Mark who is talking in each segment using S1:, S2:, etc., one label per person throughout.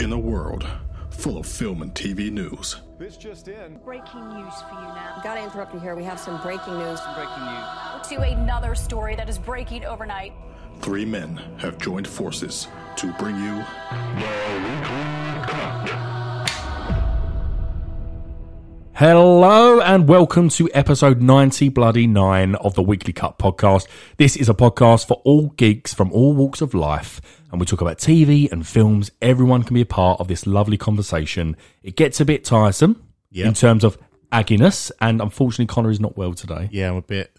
S1: In a world full of film and TV news,
S2: This just in.
S3: Breaking news for you now.
S4: Gotta interrupt you here. We have some breaking news.
S5: to another story that is breaking overnight.
S1: three men have joined forces to bring you
S6: Hello and welcome to episode 90 bloody 9 of the Weekly Cut podcast. This is a podcast for all geeks from all walks of life and we talk about TV and films. Everyone can be a part of this lovely conversation. It gets a bit tiresome in terms of agginess and unfortunately Connor is not well today.
S7: Yeah, I'm a bit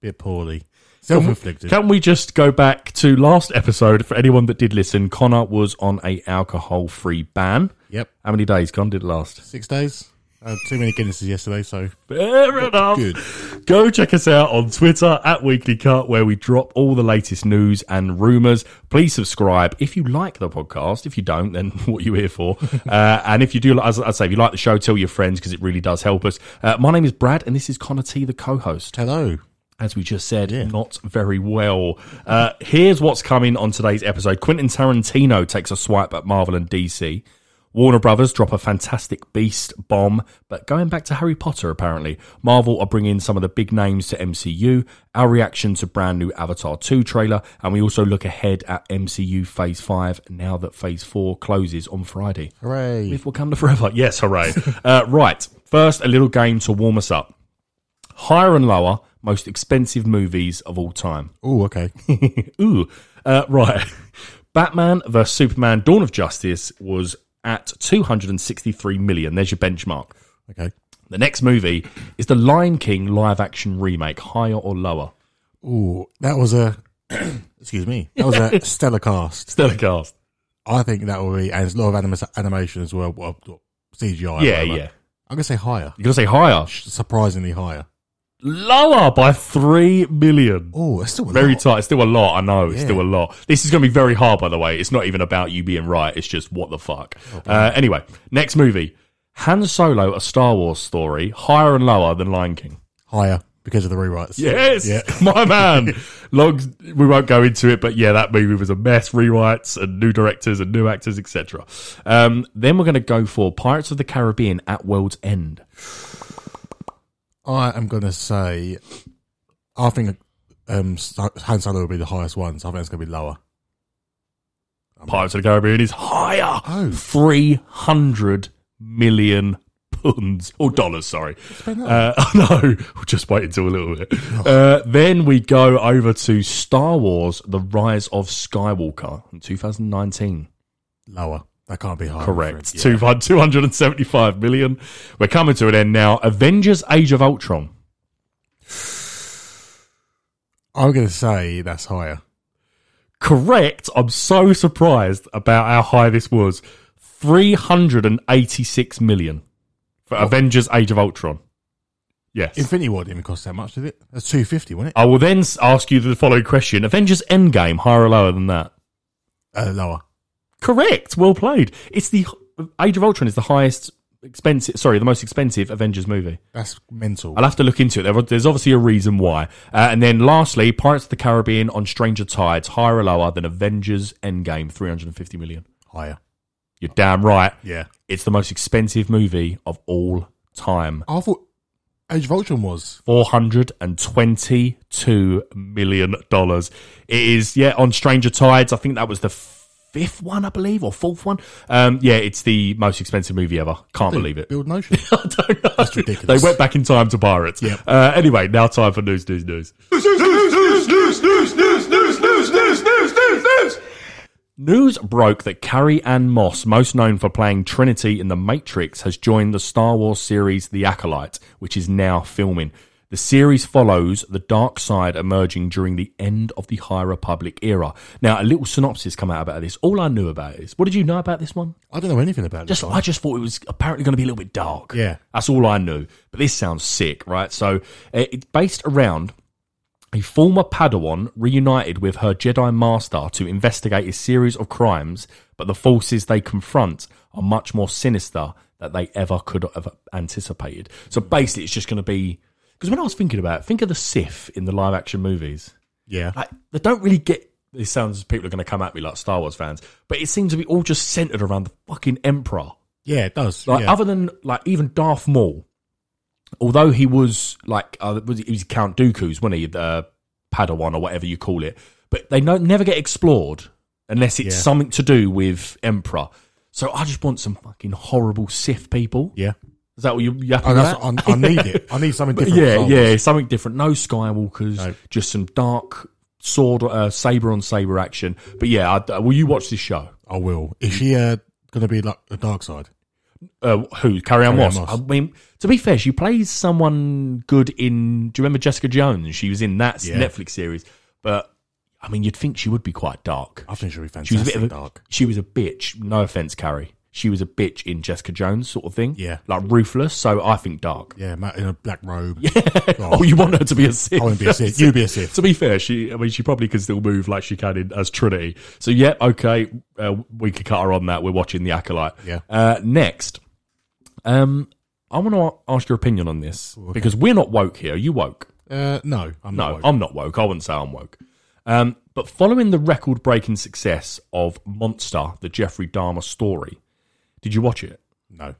S7: bit poorly. Self inflicted.
S6: Can we just go back to last episode for anyone that did listen? Connor was on a alcohol free ban.
S7: Yep.
S6: How many days Connor did it last?
S7: Six days. I had too many Guinnesses yesterday, so
S6: Fair enough.
S7: good.
S6: Go check us out on Twitter at Weekly Cut, where we drop all the latest news and rumours. Please subscribe if you like the podcast. If you don't, then what are you here for? uh, and if you do, as I say, if you like the show, tell your friends because it really does help us. Uh, my name is Brad, and this is Connor T, the co-host.
S7: hello.
S6: As we just said, not very well. Uh, here's what's coming on today's episode. Quentin Tarantino takes a swipe at Marvel and DC. Warner Brothers drop a Fantastic Beast bomb, but going back to Harry Potter, apparently, Marvel are bringing some of the big names to MCU, our reaction to brand new Avatar 2 trailer, and we also look ahead at MCU Phase 5 now that Phase 4 closes on Friday.
S7: Hooray.
S6: With Wakanda Forever. Yes, hooray. uh, right, first, a little game to warm us up. Higher and lower, most expensive movies of all time.
S7: Oh, okay.
S6: Ooh. Uh, right. Batman vs. Superman Dawn of Justice was at 263 million. There's your benchmark.
S7: Okay.
S6: The next movie is the Lion King live action remake, higher or lower?
S7: Ooh, that was a excuse me. That was a stellar cast.
S6: Stellar cast.
S7: I think that will be and there's a lot of anim- animation as well. Well CGI.
S6: Yeah,
S7: whatever.
S6: yeah.
S7: I'm gonna say higher.
S6: You're going to say higher?
S7: Surprisingly higher.
S6: Lower by 3 million.
S7: Oh, that's still a
S6: Very
S7: lot.
S6: tight. It's still a lot. I know. It's
S7: Yeah.
S6: still a lot. This is going to be very hard, by the way. It's not even about you being right. It's just what the fuck.
S7: Oh,
S6: uh, anyway, next movie Han Solo, a Star Wars story, higher and lower than Lion King.
S7: higher because of the rewrites.
S6: Yes,
S7: Yeah.
S6: my man. Logs. We won't go into it, but yeah, that movie was a mess. Rewrites and new directors and new actors, etc. Um, then we're going to go for Pirates of the Caribbean at World's End.
S7: I am gonna say I think um So- Han Solo will be the highest one, so I think it's gonna be lower.
S6: Pirates of the Caribbean is higher.
S7: Oh.
S6: Three hundred million pounds or dollars. Sorry. Uh, no, we'll just wait until a little bit. Uh, then we go over to Star Wars: The Rise of Skywalker in 2019.
S7: Lower. That can't be higher.
S6: Correct. Two hun- 275 million. We're coming to an end now. Avengers Age of Ultron.
S7: I'm gonna say that's higher.
S6: Correct. I'm so surprised about how high this was. 386 million for Avengers Age of Ultron. Yes.
S7: Infinity War didn't cost that much, did it? That's two fifty, wasn't it?
S6: I will then s- ask you the following question. Avengers Endgame, higher or lower than that?
S7: Uh, lower.
S6: Correct. Well played. It's the Age of Ultron is the highest expensive, sorry, the most expensive Avengers movie.
S7: That's mental.
S6: I'll have to look into it. There- There's obviously a reason why. Uh, and then lastly, Pirates of the Caribbean on Stranger Tides, higher or lower than Avengers Endgame, 350 million.
S7: higher.
S6: You're damn right.
S7: Yeah.
S6: It's the most expensive movie of all time.
S7: I thought Age of Ultron was.
S6: $422 million. It is, yeah, on Stranger Tides. I think that was the fifth one, I believe, or fourth one. Um, yeah, it's the most expensive movie ever. Can't believe it.
S7: Build Notion.
S6: I don't know.
S7: That's ridiculous.
S6: They went back in time to pirates.
S7: Yep.
S6: Uh, anyway, now time for news, news, news. News broke that Carrie Ann Moss, most known for playing Trinity in The Matrix, has joined the Star Wars series The Acolyte, which is now filming. The series follows the dark side emerging during the end of the High Republic era. Now, a little synopsis come out about this. All I knew about this. What did you know about this one?
S7: I don't know anything about
S6: Just
S7: this.
S6: I just thought it was apparently going to be a little bit dark.
S7: Yeah.
S6: that's all I knew. But this sounds sick, right? So uh, it's based around a former Padawan reunited with her Jedi Master to investigate a series of crimes, but the forces they confront are much more sinister than they ever could have anticipated. So basically, it's just going to be because when I was thinking about it, think of the Sith in the live action movies.
S7: Yeah.
S6: Like they don't really get It sounds people are going to come at me like Star Wars fans, but it seems to be all just centered around the fucking Emperor.
S7: Yeah, it does.
S6: Like
S7: yeah.
S6: other than like even Darth Maul, although he was like uh, was he he was Count Dooku's, wasn't he, the Padawan or whatever you call it? But they no, never get explored unless it's
S7: Yeah.
S6: something to do with Emperor. So I just want some fucking horrible Sith people.
S7: yeah.
S6: Is that what you? you happy
S7: Oh,
S6: with
S7: that's,
S6: that?
S7: I, I need it. I need something
S6: But
S7: different.
S6: yeah,
S7: from Star Wars.
S6: yeah, something different. No Skywalkers,
S7: No.
S6: just some dark sword, uh, saber on saber action. But yeah, I, uh, will you watch this show?
S7: I will. Is she uh, going to be like the dark side?
S6: Uh, who? Carrie Ann
S7: Carrie Ann
S6: Moss.
S7: Moss.
S6: I mean, to be fair, she plays someone good in. Do you remember Jessica Jones? She was in that s-
S7: Yeah.
S6: Netflix series. But I mean, you'd think she would be quite dark.
S7: I think she'll be
S6: She
S7: fantastic.
S6: was a bit of a,
S7: dark.
S6: She was a bitch. No offense, Carrie. She was a bitch in Jessica Jones, sort of thing.
S7: Yeah.
S6: like ruthless. So I think dark.
S7: Yeah, Matt in a black robe.
S6: Oh, you want her to be a Sith?
S7: I want to be a Sith. You be a Sith.
S6: to be fair, she I mean she probably can still move like she can in, as Trinity. So yeah, okay, uh, we could cut her on that. We're watching the Acolyte.
S7: Yeah.
S6: Uh, next, um, I want to ask your opinion on this because we're not woke here. Are you woke?
S7: Uh, no, I'm
S6: No,
S7: not. woke.
S6: I'm not woke. I wouldn't say I'm woke. Um, but following the record-breaking success of Monster, the Jeffrey Dahmer story, did you watch it?
S7: no.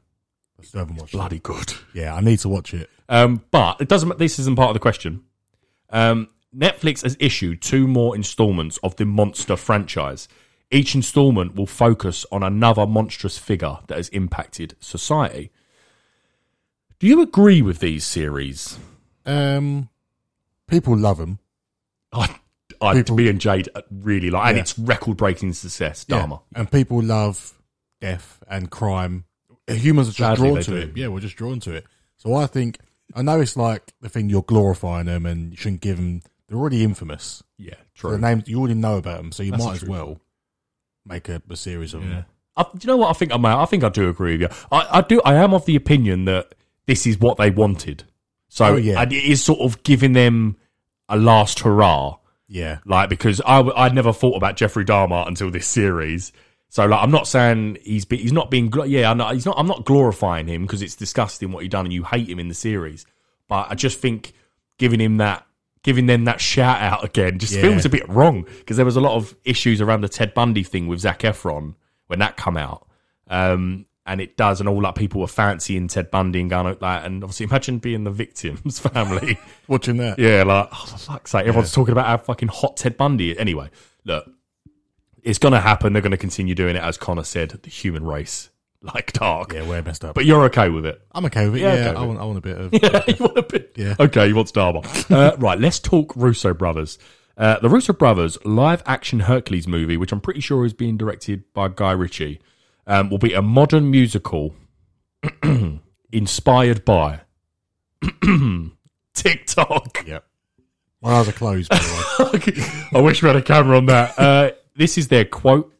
S7: I still haven't watched it.
S6: Bloody good.
S7: Yeah, I need to watch it.
S6: Um, but it doesn't. This isn't part of the question. Um, Netflix has issued two more installments of the Monster franchise. Each installment will focus on another monstrous figure that has impacted society. Do you agree with these series?
S7: Um, people love them.
S6: I, I
S7: People-
S6: me and Jade uh, really like, and
S7: Yeah.
S6: it's record-breaking success. Dharma.
S7: And people love death and crime. Uh, Humans are just
S6: Sadly,
S7: drawn
S6: they
S7: to
S6: do.
S7: it. Yeah, we're just drawn to it. So I think, I know it's like the thing you're glorifying them and you shouldn't give them, they're already infamous.
S6: Yeah,
S7: So
S6: true.
S7: The names, you already know about them, so you
S6: That's
S7: might
S6: the
S7: as
S6: truth.
S7: well make a, a series of them.
S6: I, do you know what I think? I may. I think I do agree with you. I, I do. I am of the opinion that this is what they wanted. So
S7: Oh, yeah.
S6: and it is sort of giving them a last hurrah,
S7: Yeah.
S6: like because I w- I'd never thought about Jeffrey Dahmer until this series. So like I'm not saying he's be, he's not being gl- yeah I'm not, he's not I'm not glorifying him because it's disgusting what he done and you hate him in the series, but I just think giving him that giving them that shout out again just
S7: Yeah.
S6: feels a bit wrong because there was a lot of issues around the Ted Bundy thing with Zac Efron when that come out, um, and it does and all like people were fancying Ted Bundy and going like and obviously imagine being the victim's family.
S7: Watching that.
S6: Yeah, like oh, for fuck's sake, everyone's talking about how fucking hot Ted Bundy. is. Anyway, look, it's gonna happen. They're gonna continue doing it, as Connor said. The human race, like dark.
S7: Yeah, we're messed up.
S6: But you're okay with it.
S7: I'm okay with it.
S6: Yeah,
S7: Yeah,
S6: okay with
S7: I,
S6: it.
S7: want, I want a bit of.
S6: you want a bit?
S7: Yeah.
S6: Okay, you want Starbucks. uh, right, let's talk Russo brothers. Uh, the Russo brothers live action Hercules movie, which I'm pretty sure is being directed by Guy Ritchie, um, will be a modern musical inspired by TikTok.
S7: Yeah. My eyes are closed, by the way.
S6: I wish we had a camera on that. Uh, this is their quote.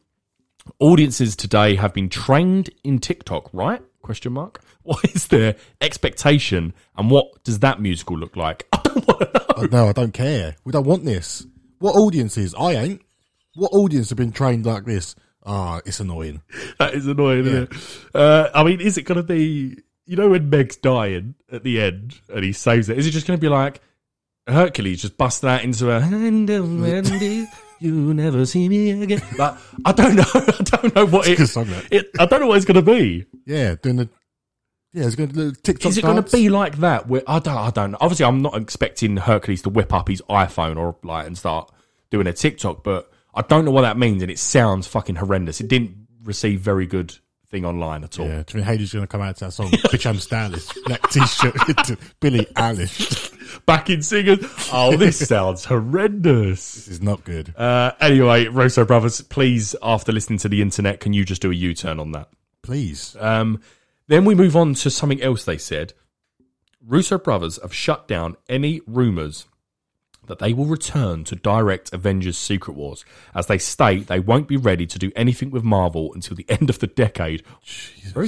S6: Audiences today have been trained in TikTok, right? Question mark. What is their expectation and what does that musical look like? I don't want to know.
S7: But Uh, no, I don't care. We don't want this. What audiences? I ain't. What audience have been trained like this? Ah, it's annoying.
S6: That is annoying, isn't it? Uh, I mean, is it going to be, you know, when Meg's dying at the end and he saves it, is it just going to be like Hercules just busting out into a hand of Wendy? You never see me again. Like, I don't know. I don't know what it,
S7: It's 'cause I'm not-
S6: it. I don't know what it's going to be.
S7: Yeah, doing the. Yeah, it's going to do the TikTok.
S6: Is it going to
S7: dance.
S6: be like that? Where I don't, I don't. know. Obviously, I'm not expecting Hercules to whip up his iPhone or like and start doing a TikTok, but I don't know what that means, and it sounds fucking horrendous. It didn't receive very good thing online at all.
S7: Yeah, do you mean Haley's going to come out to that song? Bitch, I'm stylish. Black t-shirt. into Billy Eilish.
S6: Backing singers. Oh, this sounds horrendous.
S7: This is not good.
S6: Uh, anyway, Rosso brothers, please, after listening to the internet, can you just do a U-turn on that?
S7: Please.
S6: Um, then we move on to something else they said. Russo brothers have shut down any rumors that they will return to direct Avengers Secret Wars, as they state they won't be ready to do anything with Marvel until the end of the decade. Very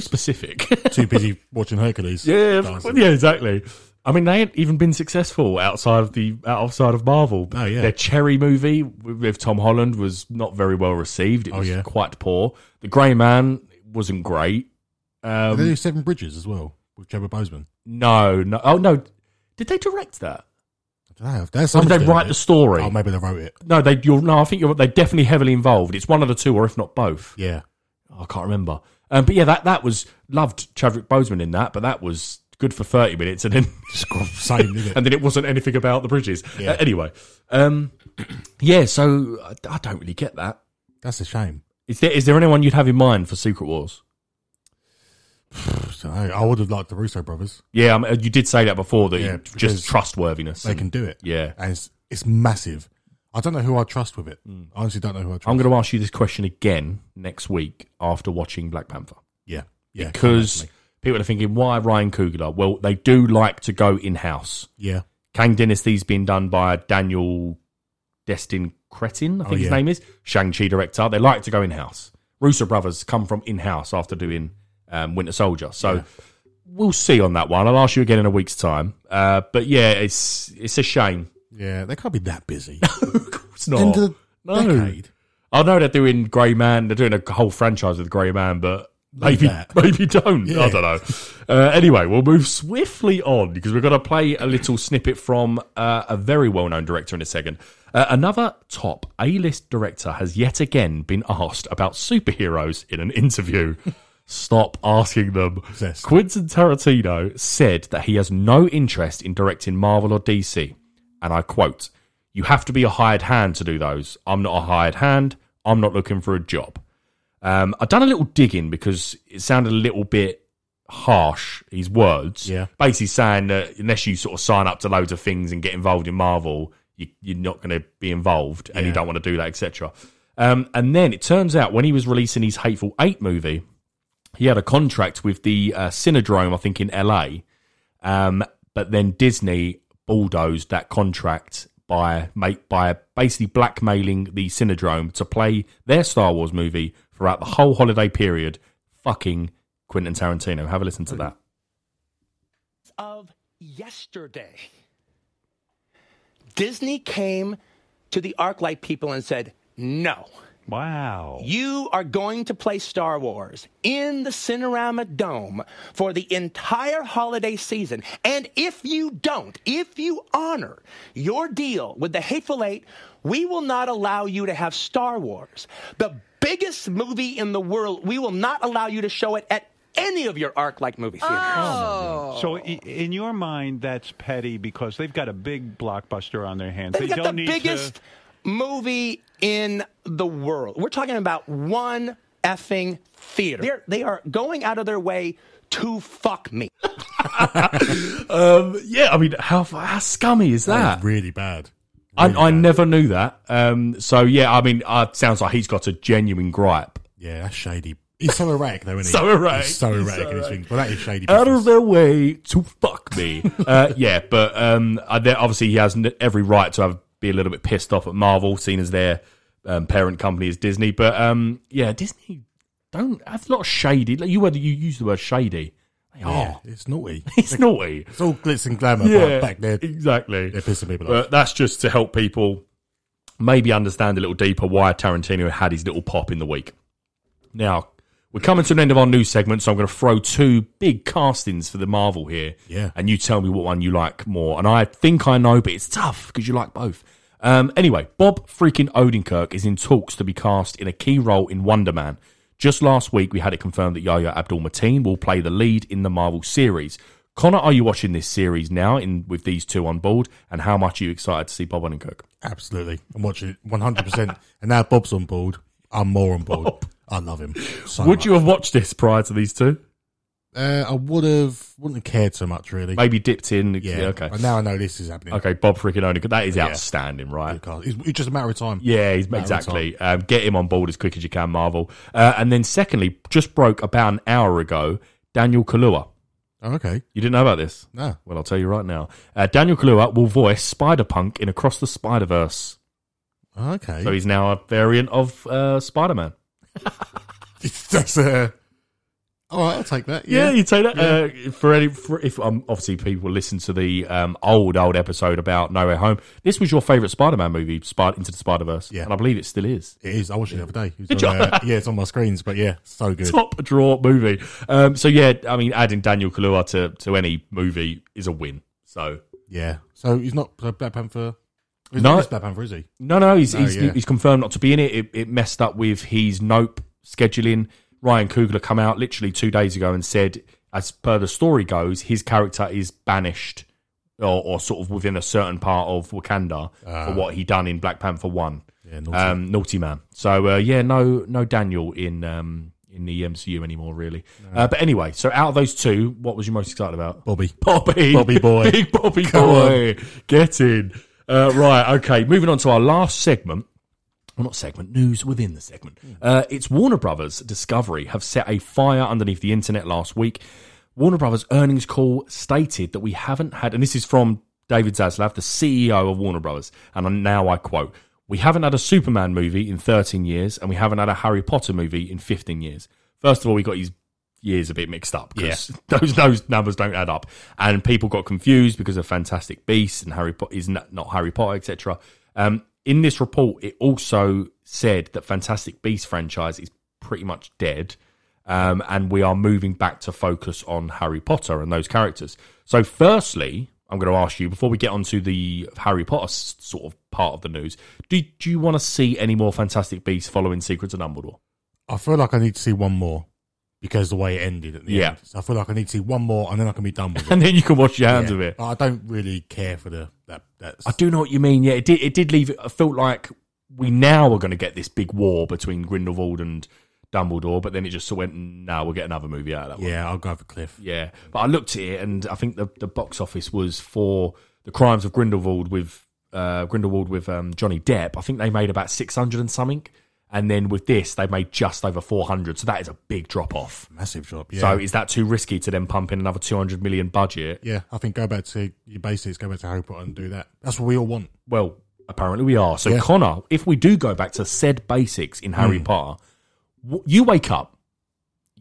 S6: specific.
S7: Too busy watching Hercules.
S6: yeah,
S7: dancing.
S6: yeah, exactly. I mean, they ain't even been successful outside of the outside of Marvel.
S7: Oh, yeah.
S6: Their Cherry movie with with Tom Holland was not very well received. It
S7: Oh,
S6: was
S7: yeah.
S6: quite poor. The Grey Man wasn't great. Um,
S7: Did they do Seven Bridges as well with Trevor Bozeman?
S6: No, no. Oh no, did they direct that?
S7: I Do they have? There's
S6: Or
S7: something
S6: did they
S7: to do
S6: write
S7: with
S6: the
S7: it.
S6: story?
S7: Oh, maybe they wrote it.
S6: No, they. You're, no, I think you're. They're definitely heavily involved. It's one of the two, or if not both. Oh,
S7: Yeah.
S6: I can't remember. Um, but yeah, that that was loved Chadwick Boseman in that, but that was good for thirty minutes, and then
S7: Just got same, is
S6: and
S7: it?
S6: then it wasn't anything about the bridges.
S7: Yeah.
S6: Uh, anyway, um, yeah. So I, I don't really get that.
S7: That's a shame.
S6: Is there is there anyone you'd have in mind for Secret Wars?
S7: So, I, I would have liked the Russo brothers.
S6: Yeah, um, you did say that before that
S7: Yeah,
S6: you-
S7: because
S6: just trustworthiness.
S7: They can do it.
S6: Yeah.
S7: And it's, it's massive. I don't know who I trust with it.
S6: Hmm.
S7: I honestly don't know who I trust.
S6: I'm going to ask you this question again next week after watching Black Panther.
S7: Yeah. Yeah. come
S6: because
S7: back to me.
S6: people are thinking, why Ryan Coogler? Well, they do like to go in house.
S7: Yeah.
S6: Kang Dynasty's been done by Daniel Destin Cretin, I think his
S7: Oh, yeah.
S6: name is Shang Chi director. They like to go in house. Russo brothers come from in house after doing um, Winter Soldier, so we'll see on that one. I'll ask you again in a week's time. Uh, but yeah, it's it's a shame.
S7: Yeah. They can't be that busy.
S6: of course not.
S7: End of the
S6: No.
S7: decade.
S6: I know they're doing Grey Man. They're doing a whole franchise with Grey Man, but
S7: Leave
S6: maybe
S7: that.
S6: maybe don't. I
S7: Yeah.
S6: don't know. Uh, anyway, we'll move swiftly on because we're going to play a little snippet from uh, a very well-known director in a second. Uh, another top A-list director has yet again been asked about superheroes in an interview. Stop asking them.
S7: Obsessed.
S6: Quentin Tarantino said that he has no interest in directing Marvel or DC, and I quote, "You have to be a hired hand to do those. I'm not a hired hand. I'm not looking for a job." Um, I've done a little digging because it sounded a little bit harsh. His words,
S7: Yeah.
S6: basically saying that unless you sort of sign up to loads of things and get involved in Marvel, you, you're not going to be involved, and you
S7: Yeah.
S6: don't want to do that, etc. Um, and then it turns out when he was releasing his Hateful Eight movie, he had a contract with the uh, Cinedrome, I think, in LA. Um, but then Disney bulldozed that contract by make by basically blackmailing the Cinedrome to play their Star Wars movie throughout the whole holiday period. Fucking Quentin Tarantino. Have a listen to that.
S2: of yesterday. Disney came to the ArcLight people and said, "No,
S8: Wow.
S2: you are going to play Star Wars in the Cinerama Dome for the entire holiday season. And if you don't, if you honor your deal with the Hateful Eight, we will not allow you to have Star Wars, the biggest movie in the world. We will not allow you to show it at any of your ArcLight movie theaters." Oh.
S8: So i- in your mind, that's petty because they've got a big blockbuster on their hands.
S2: They've
S8: they
S2: got
S8: don't
S2: the
S8: need
S2: biggest
S8: to.
S2: movie in the world. We're talking about one effing theater. They're, they are going out of their way to fuck me.
S6: Um, yeah, I mean, how how scummy is
S7: That
S6: that?
S7: was really bad.
S6: I,
S7: Really
S6: I
S7: bad.
S6: never knew that. Um, so yeah, I mean, uh, sounds like he's got a genuine gripe.
S7: Yeah, that's shady. He's so erratic, though, isn't he?
S6: So erratic.
S7: He's so
S6: He's
S7: erratic
S6: so
S7: in his
S6: erratic.
S7: things. But that is shady.
S6: out
S7: business.
S6: of their way to fuck me. uh, yeah, but um, I- there- obviously he has n- every right to have be a little bit pissed off at Marvel, seen as their um, parent company is Disney. But um, yeah, Disney don't have a lot of shady. Like you were you used the word shady. They
S7: Yeah,
S6: are.
S7: Oh, it's naughty.
S6: It's naughty.
S7: It's all glitz and glamour, but back there,
S6: exactly.
S7: they're pissing people off.
S6: But that's just to help people maybe understand a little deeper why Tarantino had his little pop in the week. Now, we're coming to an end of our news segment, so I'm going to throw two big castings for the Marvel here.
S7: Yeah.
S6: And you tell me what one you like more. And I think I know, but it's tough because you like both. Um, anyway, Bob freaking Odenkirk is in talks to be cast in a key role in Wonder Man. Just last week, we had it confirmed that Yahya Abdul Mateen will play the lead in the Marvel series. Connor, are you watching this series now in with these two on board? And how much are you excited to see Bob Odenkirk?
S7: Absolutely. I'm watching it 100%. and now Bob's on board. I'm more on board. I love him. So
S6: Would
S7: much.
S6: you have watched this prior to these two?
S7: Uh, I would have, wouldn't have cared so much, really.
S6: Maybe dipped in.
S7: yeah.
S6: okay.
S7: But now I know this is happening.
S6: Okay, Bob freaking Odenkirk. That is outstanding, right?
S7: Because It's, it's just a matter of time.
S6: Yeah, he's,
S7: Matter of
S6: exactly. Um, get him on board as quick as you can, Marvel. Uh, and then, secondly, just broke about an hour ago, Daniel Kalua.
S7: Oh, okay.
S6: You didn't know about this?
S7: No.
S6: Well, I'll tell you right now. Uh, Daniel Kalua will voice Spider Punk in Across the Spider Verse.
S7: Oh, Okay.
S6: So he's now a variant of uh, Spider Man.
S7: That's uh, all right. I'll take that. Yeah.
S6: Yeah, you take that uh, for any. For if um, obviously people listen to the um, old old episode about No Way Home, this was your favorite Spider-Man movie, Spider Into the Spider-Verse,
S7: Yeah.
S6: and I believe it still is.
S7: It is. I watched it the other day. It was on, uh, yeah, it's on my screens, but yeah, so good.
S6: Top draw movie. Um, so yeah, I mean, adding Daniel Kaluuya to to any movie is a win. So
S7: Yeah. So he's not so Black Panther. He's
S6: No.
S7: not just Black Panther, is he?
S6: No, no, he's
S7: No,
S6: he's,
S7: Oh, yeah.
S6: he's confirmed not to be in it. it. It messed up with his Nope scheduling. Ryan Coogler come out literally two days ago and said, as per the story goes, his character is banished or, or sort of within a certain part of Wakanda for what he done in Black Panther One.
S7: Ah. Yeah, naughty.
S6: Um, naughty man. So uh, yeah, no, no Daniel in um, in the MCU anymore, really. Uh, but anyway, so out of those two, what was you most excited about?
S7: Bobby.
S6: Bobby.
S7: Bobby boy.
S6: Big Bobby
S7: Come
S6: boy. Get in. Uh, right, okay. Moving on to our last segment. Well, not segment, news within the segment. Uh, it's Warner Brothers Discovery have set a fire underneath the internet last week. Warner Brothers earnings call stated that we haven't had, and this is from David Zaslav, the CEO of Warner Brothers, and now I quote, we haven't had a Superman movie in 13 years, and we haven't had a Harry Potter movie in 15 years. First of all, we got his years a bit mixed up because those those numbers don't add up, and people got confused because of Fantastic Beasts and Harry Potter is not, not Harry Potter, etc. Um, in this report, it also said that Fantastic Beasts franchise is pretty much dead, um, and we are moving back to focus on Harry Potter and those characters. So, firstly. I'm going to ask you before we get onto the Harry Potter s- sort of part of the news. Do, do you want to see any more Fantastic Beasts following Secrets of Dumbledore?
S7: I feel like I need to see one more because the way it ended at the
S6: Yeah.
S7: end. So I feel like I need to see one more and then I can be done with it.
S6: And then you can wash your hands
S7: Yeah.
S6: of it.
S7: But I don't really care for the that. That's,
S6: I do know what you mean. Yeah, it did. It did leave. I felt like we now are going to get this big war between Grindelwald and Dumbledore, but then it just sort of went. Now we'll get another movie out of that. One.
S7: yeah, I'll go for Cliff.
S6: Yeah, but I looked at it and I think the the box office was for the Crimes of Grindelwald with uh, Grindelwald with um, Johnny Depp. I think they made about six hundred and something, and then with this they made just over four hundred. So that is a big drop off.
S7: Massive drop. Yeah.
S6: So is that too risky to then pump in another two hundred million budget?
S7: yeah, I think go back to your basics, go back to Harry Potter and do that. That's what we all want.
S6: Well, apparently we are. So,
S7: Yeah. Hmm.
S6: Connor, if we do go back to said basics in Harry Potter, w- you wake up.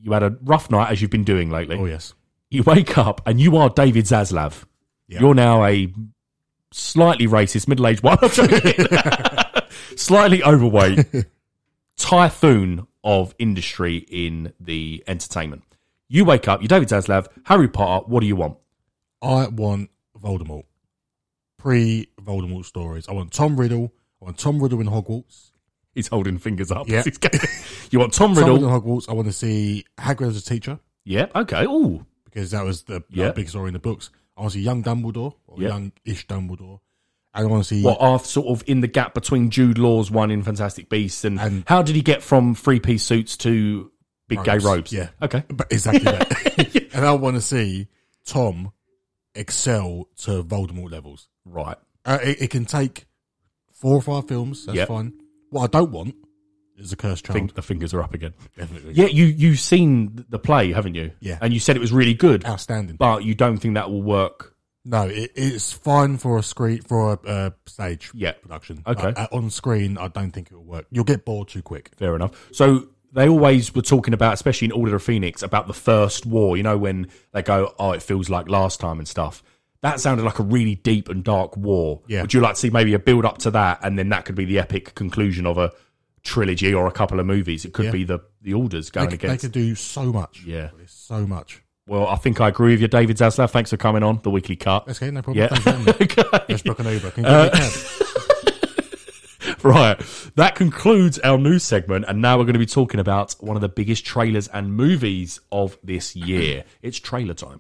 S6: You had a rough night, as you've been doing lately.
S7: Oh, yes.
S6: You wake up and you are David Zaslav.
S7: Yeah.
S6: You're now a slightly racist, middle aged one, slightly overweight typhoon of industry in the entertainment. You wake up, you're David Zaslav, Harry Potter, what do you want?
S7: Oh, I want Voldemort. Pre Voldemort stories. I want Tom Riddle. I want Tom Riddle in Hogwarts.
S6: He's holding fingers up.
S7: Yeah.
S6: you want Tom
S7: Tom
S6: Riddle.
S7: Riddle in Hogwarts. I want to see Hagrid as a teacher
S6: Yep. Okay. Ooh.
S7: because that was the
S6: Yeah.
S7: the big story in the books. I want to see young Dumbledore or
S6: Yeah.
S7: young ish Dumbledore. And I want to see.
S6: What are sort of in the gap between Jude Law's one in Fantastic Beasts and,
S7: And-
S6: how did he get from three piece suits to big gay
S7: Robes,
S6: robes?
S7: yeah.
S6: Okay.
S7: But exactly that. and I want to see Tom excel to Voldemort levels.
S6: Right.
S7: Uh, it, it can take four or five films. That's
S6: Yep.
S7: fine. What I don't want is a cursed child.
S6: Think the fingers are up again.
S7: Definitely.
S6: Yeah, you you've seen the play, haven't you?
S7: Yeah.
S6: And you said it was really good,
S7: Outstanding.
S6: but you don't think that will work.
S7: no, it, it's fine for a screen for a uh, stage
S6: Yeah.
S7: production.
S6: Okay.
S7: But, uh, on screen, I don't think it will work. You'll get bored too quick.
S6: Fair enough. So they always were talking about, especially in Order of Phoenix, about the first war. You know, when they go, "Oh, it feels like last time" and stuff. That sounded like a really deep and dark war.
S7: Yeah.
S6: Would you like to see maybe a build up to that, and then that could be the epic conclusion of a trilogy or a couple of movies? It could
S7: Yeah.
S6: be the the Orders
S7: They
S6: going
S7: could, they
S6: against.
S7: could do so much.
S6: Yeah.
S7: So much.
S6: Well, I think I agree with you, David Zaslav. Thanks for coming on the weekly cut.
S7: That's okay. No problem.
S6: Yeah.
S7: Thanks for having me.
S6: Okay. Uh,
S7: Let's book an Uber. Can you get me a cab?
S6: Right. That concludes our news segment. And now we're going to be talking about one of the biggest trailers and movies of this year. It's trailer time.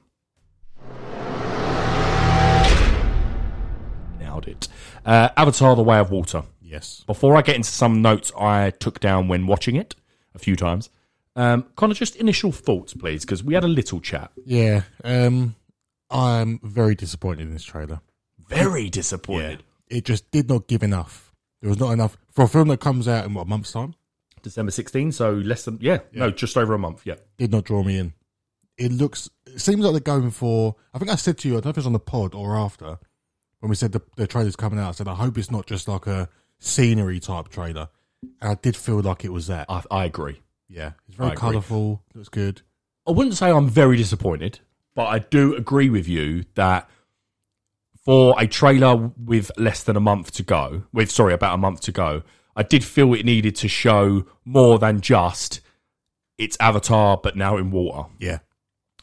S6: Nailed it. Uh, Avatar The Way of Water.
S7: Yes.
S6: Before I get into some notes I took down when watching it a few times, um, Connor, just initial thoughts, please, because we had a little chat.
S7: Yeah. Um, I'm very disappointed in this trailer.
S6: Very disappointed.
S7: It just did not give enough. There was not enough for a film that comes out in what a month's time.
S6: December 16, so less than, yeah, no, just over a month, yeah.
S7: Did not draw me in. It looks. It seems like they're going for. I think I said to you. I don't know if it was on the pod or after when we said the, the trailer's coming out. I said I hope it's not just like a scenery type trailer. And I did feel like it was that.
S6: I, I agree.
S7: yeah, it's
S6: I
S7: very
S6: agree.
S7: colourful. Looks good.
S6: I wouldn't say I'm very disappointed, but I do agree with you that for a trailer with less than a month to go, with sorry, about a month to go, I did feel it needed to show more than just it's Avatar, but now in water
S7: Yeah.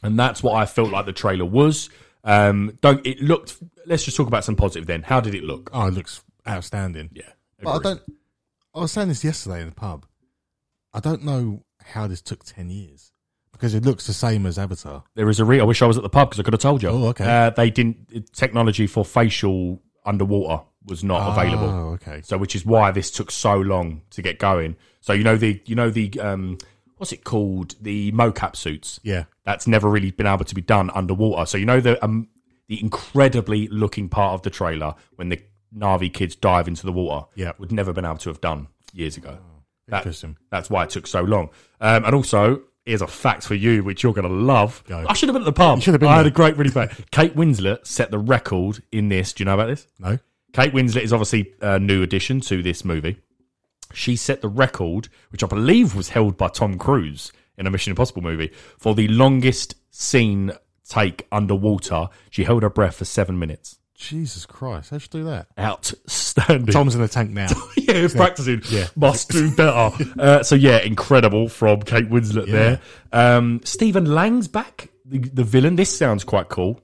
S6: and that's what I felt like the trailer was. Um, don't it looked? Let's just talk about some positive then. How did it look?
S7: Oh, it looks outstanding.
S6: Yeah,
S7: But I
S6: agreed.
S7: don't. I was saying this yesterday in the pub. I don't know how this took ten years because it looks the same as Avatar.
S6: There is a re. I wish I was at the pub because I could have told you.
S7: Oh, okay.
S6: Uh, they didn't technology for facial underwater was not available.
S7: Oh, okay.
S6: So, which is why this took so long to get going. So you know the you know the um what's it called the mocap suits.
S7: Yeah.
S6: that's never really been able to be done underwater. So you know the um the incredibly looking part of the trailer when the Navi kids dive into the water.
S7: Yeah. Oh,
S6: would never been able to have done years ago. That-
S7: Interesting.
S6: that's why it took so long. Um, and also, here's a fact for you, which you're going to love.
S7: Go.
S6: I should have been at the pub.
S7: You should have been
S6: I had
S7: there.
S6: a great, really bad. Kate Winslet set the record in this. Do you know about this?
S7: No.
S6: Kate Winslet is obviously a new addition to this movie. She set the record, which I believe was held by Tom Cruise in a Mission Impossible movie, for the longest scene take underwater. She held her breath for seven minutes.
S7: Jesus Christ! How should do that?
S6: Outstanding.
S7: Tom's in the tank now.
S6: yeah, he's practicing.
S7: Yeah.
S6: Must do better. uh, so, yeah, incredible from Kate Winslet
S7: Yeah.
S6: there. Um, Stephen Lang's back, the, the villain. This sounds quite cool.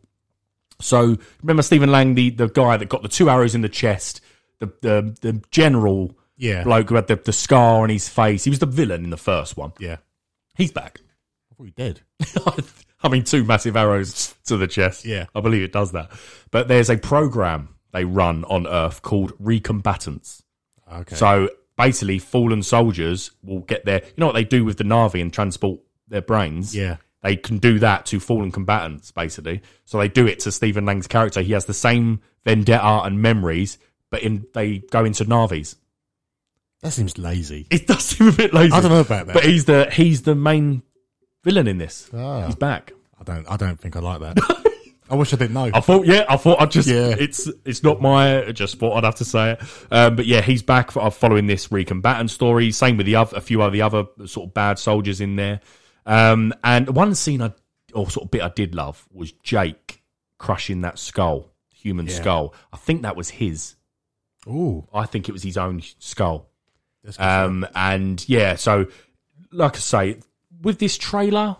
S6: So, remember Stephen Lang, the, the guy that got the two arrows in the chest, the, the, the general
S7: Yeah.
S6: bloke who had the, the scar on his face? He was the villain in the first one.
S7: yeah.
S6: He's back.
S7: I thought he dead.
S6: I mean, two massive arrows to the chest.
S7: Yeah.
S6: I believe it does that. But there's a program they run on Earth called Recombatants.
S7: Ah, Okay.
S6: So basically, fallen soldiers will get their. You know what they do with the Navi and transport their brains?
S7: Yeah.
S6: They can do that to fallen combatants, basically. So they do it to Stephen Lang's character. He has the same vendetta and memories, but in they go into Navis.
S7: that seems lazy.
S6: It does seem a bit lazy.
S7: I don't know about that.
S6: But he's the he's the main villain in this.
S7: Ah.
S6: He's back.
S7: I don't. I don't think I like that. I wish I didn't know.
S6: I thought, yeah, I thought I'd just,
S7: Yeah.
S6: it's it's not my, I just thought I'd have to say it. Um, but yeah, he's back for, uh, following this recombatant story. Same with the other, a few of the other sort of bad soldiers in there. Um, and one scene I, or sort of bit I did love was Jake crushing that skull, human
S7: Yeah.
S6: skull. I think that was his.
S7: Ooh.
S6: I think it was his own skull.
S7: That's good.
S6: Um, and yeah, so like I say, with this trailer,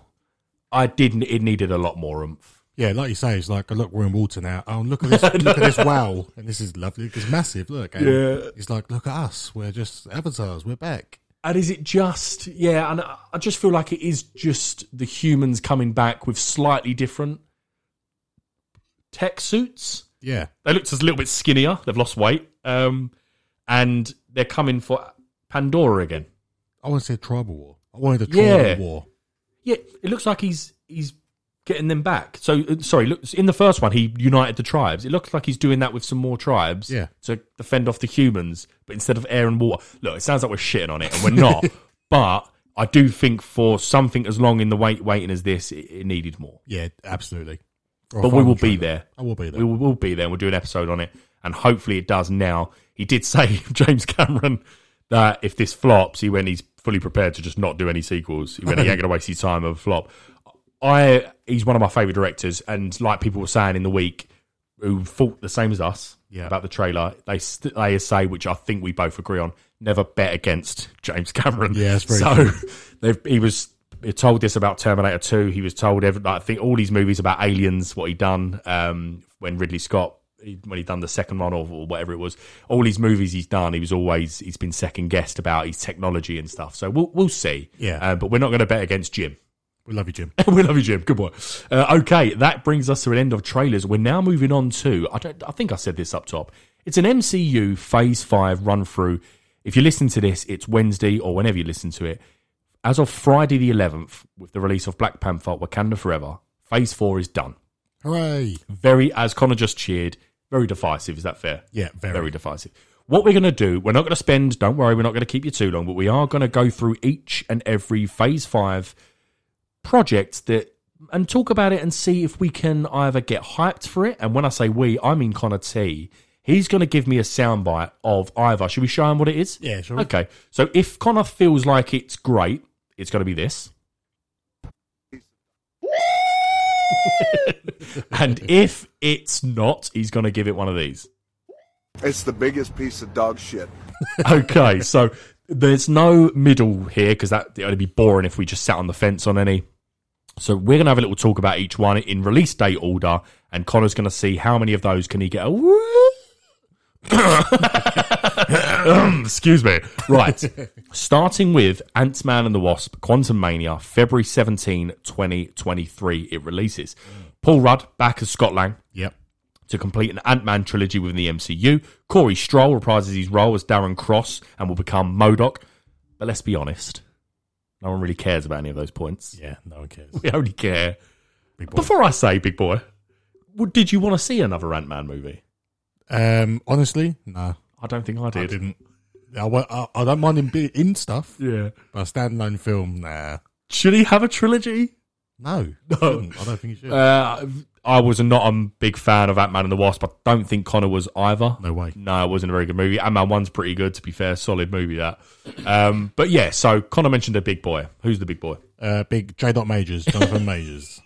S6: I didn't, it needed a lot more oomph.
S7: yeah, like you say, it's like look, we're in water now. Oh, look at this! look at this wow! And this is lovely. It's massive. Look. And
S6: Yeah.
S7: It's like look at us. We're just avatars. We're back.
S6: And is it just yeah? And I I just feel like it is just the humans coming back with slightly different tech suits.
S7: Yeah.
S6: They looked a little bit skinnier. They've lost weight, um, and they're coming for Pandora again.
S7: I want to see a tribal war. I wanted a tribal
S6: Yeah.
S7: war.
S6: Yeah, it looks like he's he's getting them back. So uh, sorry, look, in the first one he united the tribes. It looks like he's doing that with some more tribes
S7: Yeah.
S6: to defend off the humans, but instead of air and water. Look, it sounds like we're shitting on it and we're not. but I do think for something as long in the wait waiting as this, it, it needed more.
S7: Yeah, absolutely. Or a
S6: But we
S7: final
S6: will be
S7: trailer.
S6: there.
S7: I will be there.
S6: We will, will be there. We'll do an episode on it, and hopefully it does. Now he did say James Cameron that if this flops, he went he's fully prepared to just not do any sequels. He went he ain't going to waste his time of a flop. I he's one of my favorite directors, and like people were saying in the week, who thought the same as us
S7: Yeah.
S6: about the trailer, they st- they say which I think we both agree on. Never bet against James Cameron.
S7: Yeah, that's very
S6: so they've, he was told this about Terminator 2. He was told every, I think all these movies about aliens, what he done um, when Ridley Scott he- when he done the second one or, or whatever it was, all these movies he's done, he was always he's been second guessed about his technology and stuff. So we'll we'll see.
S7: Yeah.
S6: Uh, but we're not going to bet against Jim.
S7: We love you, Jim.
S6: we love you, Jim. Good boy. Uh, okay, that brings us to an end of trailers. We're now moving on to I don't I think I said this up top. It's an MCU Phase Five run through. If you listen to this, it's Wednesday or whenever you listen to it. As of Friday the 11th, with the release of Black Panther: Wakanda Forever, Phase Four is done.
S7: Hooray!
S6: Very, as Connor just cheered, very divisive. Is that fair?
S7: Yeah, very.
S6: very divisive. What we're going to do, we're not going to spend, don't worry, we're not going to keep you too long, but we are going to go through each and every phase five project that and talk about it and see if we can either get hyped for it. And when I say we, I mean Connor T. He's going to give me a soundbite of either. Should we show him what it is?
S7: Yeah, shall we?
S6: Okay. So if Connor feels like it's great, it's going to be this. and if it's not, he's going to give it one of these.
S9: It's the biggest piece of dog shit.
S6: okay, so there's no middle here because that it'd be boring if we just sat on the fence on any. So we're going to have a little talk about each one in release date order, and Connor's going to see how many of those can he get. Excuse me. Right. Starting with Ant Man and the Wasp, Quantum Mania, February 17, 2023, it releases. Paul Rudd back as Scott Lang
S7: Yep.
S6: to complete an Ant Man trilogy within the MCU. Corey Stroll reprises his role as Darren Cross and will become Modoc. But let's be honest, no one really cares about any of those points.
S7: Yeah, no one cares.
S6: We only care.
S7: Big boy.
S6: Before I say, big boy, w- did you want to see another Ant Man movie?
S7: Um, honestly, no,
S6: I don't think I did.
S7: I didn't. I, wa- I, I don't mind him being in stuff,
S6: Yeah.
S7: but a standalone film, nah.
S6: Should he have a trilogy?
S7: No, no, I don't think he should.
S6: Uh, I was not a big fan of Ant Man and the Wasp. I don't think Connor was either.
S7: No way.
S6: No, it wasn't a very good movie. Ant Man 1's pretty good, to be fair. Solid movie, that. Um, but yeah, so Connor mentioned a big boy. Who's the big boy?
S7: Uh, big J. Dot Majors, Jonathan Majors.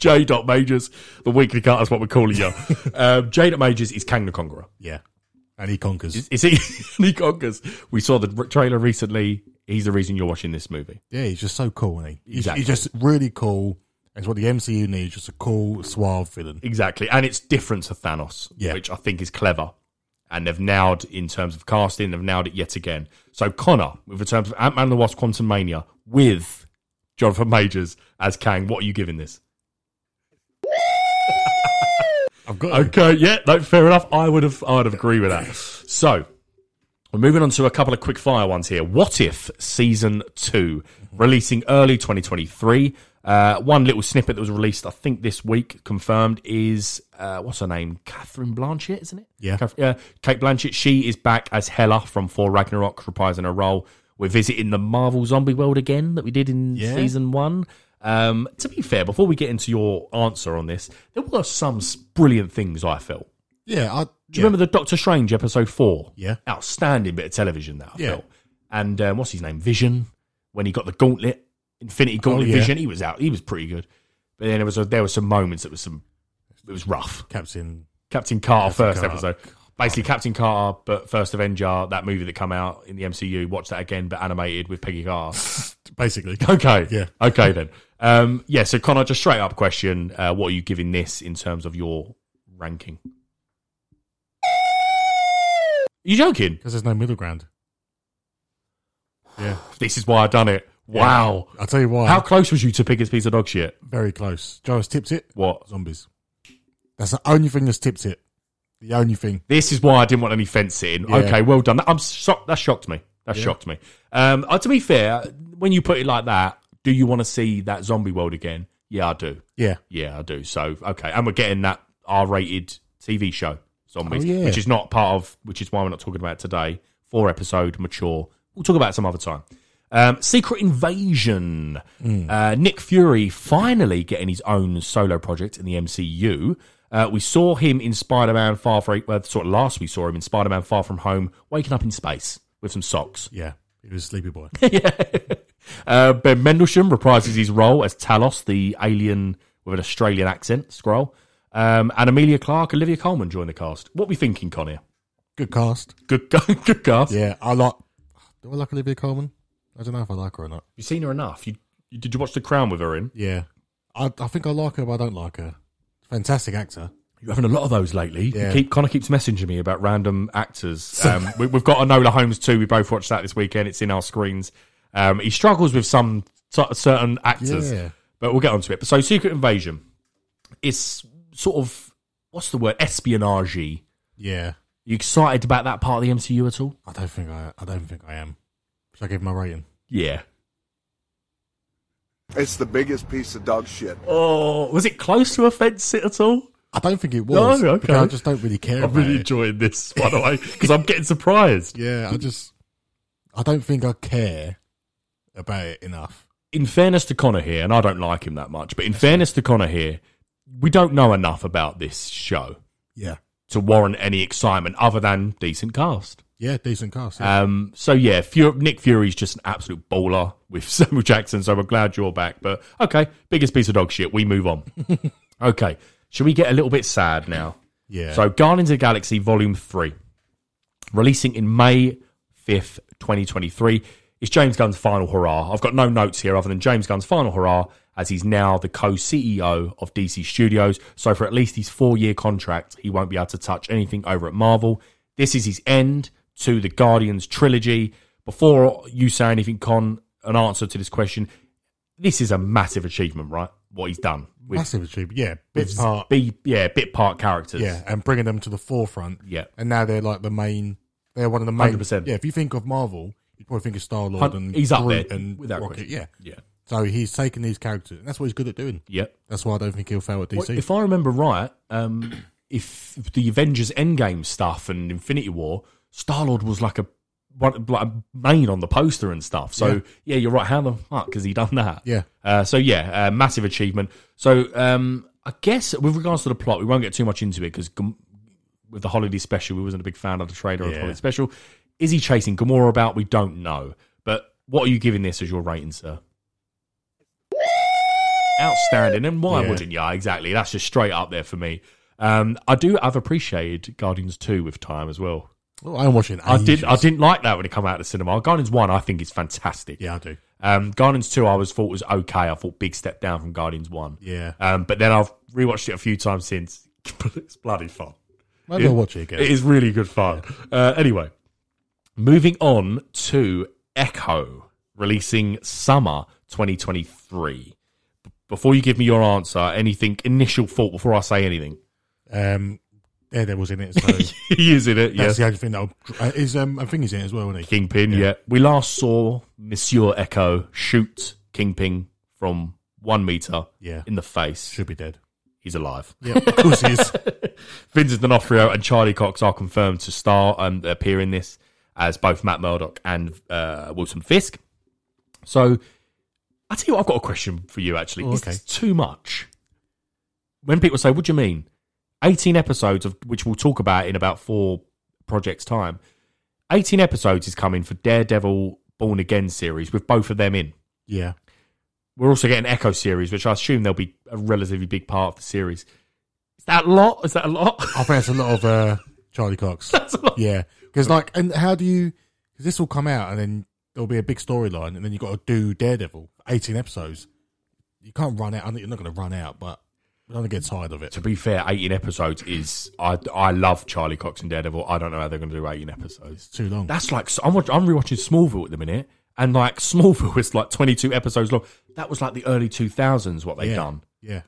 S6: J. Dot Majors, the weekly cut. That's what we're calling you. um, J. Dot Majors is Kang the Conqueror.
S7: Yeah, and he conquers.
S6: Is he? he conquers. We saw the trailer recently. He's the reason you're watching this movie.
S7: yeah, he's just so cool, isn't he? He's,
S6: Exactly.
S7: he's just really cool. It's what the MCU needs, just a cool, suave villain.
S6: Exactly. And it's different to Thanos,
S7: Yeah.
S6: which I think is clever. And they've nailed in terms of casting, they've nailed it yet again. So Connor, with the terms of Ant Man and the Wasp Quantum Mania with Jonathan Majors as Kang, what are you giving this?
S7: I've got
S6: Okay, yeah, no, fair enough. I would have I would have agreed with that. So we're moving on to a couple of quick fire ones here. What if season two, releasing early 2023? Uh, one little snippet that was released, I think this week, confirmed is uh, what's her name? Catherine Blanchett, isn't it?
S7: Yeah.
S6: Cath- yeah. Kate Blanchett. She is back as Hela from Thor Ragnarok, reprising her role. We're visiting the Marvel zombie world again that we did in
S7: Yeah.
S6: season one. Um, to be fair, before we get into your answer on this, there were some s- brilliant things I felt.
S7: Yeah, I,
S6: Do you remember the Doctor Strange episode four?
S7: Yeah.
S6: Outstanding bit of television that I
S7: Yeah.
S6: felt. And um, what's his name? Vision. When he got the gauntlet, Infinity Gauntlet
S7: Oh, yeah.
S6: Vision, he was out. He was pretty good. But then there was a, there were some moments that was some it was rough.
S7: Captain?
S6: Captain Carter
S7: Captain
S6: first
S7: Carter.
S6: episode. Basically, Captain Carter, but first Avenger, that movie that come out in the MCU. Watch that again, but animated with Peggy Carter.
S7: Basically,
S6: okay,
S7: Yeah.
S6: okay then. Um, yeah. So Connor, just straight up question: uh, What are you giving this in terms of your ranking? you joking?
S7: because there's no middle ground. Yeah,
S6: This is why I done it. Wow.
S7: I'll tell you why.
S6: How close was you to Piggy's piece of dog shit?
S7: Very close. Jarvis tips it.
S6: What?
S7: Zombies. That's the only thing that's tipped it. The only thing.
S6: This is why I didn't want any fencing.
S7: Yeah.
S6: Okay, well done. That, I'm shocked. That shocked me. That
S7: Yeah.
S6: shocked me. Um, uh, to be fair, when you put it like that, do you want to see that zombie world again? Yeah, I do.
S7: Yeah.
S6: Yeah, I do. So okay, and we're getting that R-rated TV show zombies,
S7: Oh, yeah.
S6: which is not part of, which is why we're not talking about it today. Four episode mature. We'll talk about it some other time. Um, Secret Invasion.
S7: Hmm.
S6: Uh, Nick Fury finally getting his own solo project in the MCU. Uh, we saw him in Spider Man Far From well, sort of last we saw him in Spider Man Far From Home, waking up in space with some socks.
S7: Yeah. It was Sleepy Boy.
S6: Uh, ben Mendelsohn reprises his role as Talos, the alien with an Australian accent, Skrull. Um, and Amelia Clark, Olivia Coleman join the cast. What we thinking, Connor?
S7: Good cast.
S6: Good, good cast.
S7: Yeah. I like. Do I like Olivia Coleman? I don't know if I like her or not.
S6: You seen her enough? You, you did you watch The Crown with her in?
S7: Yeah. I, I think I like her, but I don't like her. Fantastic actor.
S6: You're having a lot of those lately.
S7: Yeah.
S6: You keep Connor keeps messaging me about random actors. Um, we, we've got Enola Holmes too. We both watched that this weekend. It's in our screens. Um, he struggles with some t- certain actors,
S7: Yeah.
S6: but we'll get onto it. But so, Secret Invasion is sort of what's the word? Espionage. You
S7: Yeah.
S6: excited about that part of the MCU at all?
S7: I don't think I. I don't think I am. Should I give my rating?
S6: Yeah.
S9: It's the biggest piece of dog shit.
S6: Oh, was it close to a fence sit at all?
S7: I don't think it was.
S6: No, okay.
S7: because I just don't really care.
S6: I'm
S7: about
S6: really
S7: it.
S6: enjoying this, by the way, because I'm getting surprised.
S7: Yeah. I just. I don't think I care about it enough.
S6: in fairness to Connor here, and I don't like him that much, but in fairness to Connor here, we don't know enough about this show
S7: Yeah.
S6: to warrant any excitement other than decent cast.
S7: Yeah. Decent cast. yeah.
S6: Um, so yeah, Fu Nick Fury's just an absolute baller with Samuel Jackson. So we're glad you're back. But okay, biggest piece of dog shit. We move on. okay, should we get a little bit sad now?
S7: yeah.
S6: So Guardians of the Galaxy Volume 3, releasing in May 5th, 2023. It's James Gunn's final hurrah. I've got no notes here other than James Gunn's final hurrah, as he's now the co CEO of DC Studios. So, for at least his four year contract, he won't be able to touch anything over at Marvel. This is his end to the Guardians trilogy. Before you say anything, Con, an answer to this question this is a massive achievement, right? What he's done with,
S7: Massive achievement. Yeah, bit
S6: with
S7: part.
S6: B, yeah, bit part characters.
S7: Yeah, and bringing them to the forefront.
S6: Yeah.
S7: and now they're like the main. They're one of the main.
S6: 100%.
S7: Yeah, if you think of Marvel, you probably think of Star Lord
S6: Hun-
S7: and
S6: he's up
S7: Groot
S6: there
S7: and
S6: without
S7: Rocket.
S6: question.
S7: Yeah,
S6: yeah,
S7: so he's taken these characters, and that's what he's good at doing.
S6: yeah.
S7: That's why I don't think he'll fail at
S6: Well,
S7: DC.
S6: if I remember right, um, if the Avengers Endgame stuff and Infinity War, Star Lord was like a one, like a main on the poster and stuff. So yeah,
S7: Yeah.
S6: you're right. How the fuck has he done that?
S7: Yeah.
S6: Uh, so yeah, uh, massive achievement. So um, I guess with regards to the plot, we won't get too much into it because with the holiday special, we wasn't a big fan of the trailer of the
S7: Yeah.
S6: holiday special. Is he chasing Gamora about? We don't know. But what are you giving this as your rating, sir? Outstanding, and why
S7: Yeah.
S6: wouldn't ya? Exactly. That's just straight up there for me. Um, I do. I've appreciated Guardians Two with time as well.
S7: Well, Oh, I haven't watched it. in
S6: I did.
S7: ages.
S6: I didn't like that when it came out of the cinema. Guardians One, I think, is fantastic.
S7: Yeah, I do.
S6: Um, Guardians Two, I was thought was okay. I thought big step down from Guardians One.
S7: Yeah.
S6: Um, but then I've rewatched it a few times since. it's bloody fun.
S7: Maybe I'll watch it again.
S6: It is really good fun. Uh, anyway, moving on to Echo releasing summer 2023. B- Before you give me your answer, anything initial thought before I say anything?
S7: Um, Daredevil's in it, so that's
S6: Using it, yes.
S7: the only thing that'll. Uh, is um, I think he's in it as well, isn't he?
S6: Kingpin, yeah. We last saw Monsieur Echo shoot Kingpin from one meter
S7: Yeah.
S6: in the face.
S7: Should be dead.
S6: He's alive.
S7: Yeah, of course he is.
S6: Vincent D'Onofrio and Charlie Cox are confirmed to star and appear in this as both Matt Murdock and uh, Wilson Fisk. So, I tell you what, I've got a question for you actually.
S7: Oh,
S6: Is
S7: okay.
S6: this too much? When people say, "What do you mean?" Eighteen episodes of which we'll talk about in about four projects' time. Eighteen episodes is coming for Daredevil Born Again series with both of them in.
S7: Yeah,
S6: We're also getting Echo series, which I assume they'll be a relatively big part of the series. Is that a lot? Is that a lot?
S7: I think that's a lot of uh, Charlie Cox.
S6: That's a lot.
S7: Yeah, because like, and how do you? Because this will come out, and then there'll be a big storyline, and then you got to do Daredevil, eighteen episodes. You can't run out. I know You're not going to run out, but I'm going to get tired of it.
S6: To be fair, 18 episodes is. I, I love Charlie Cox and Daredevil. I don't know how they're going to do 18 episodes.
S7: Too long.
S6: That's like. I'm, watch, I'm rewatching Smallville at the minute, and like Smallville is like 22 episodes long. That was like the early 2000s, what they've
S7: yeah.
S6: done.
S7: Yeah,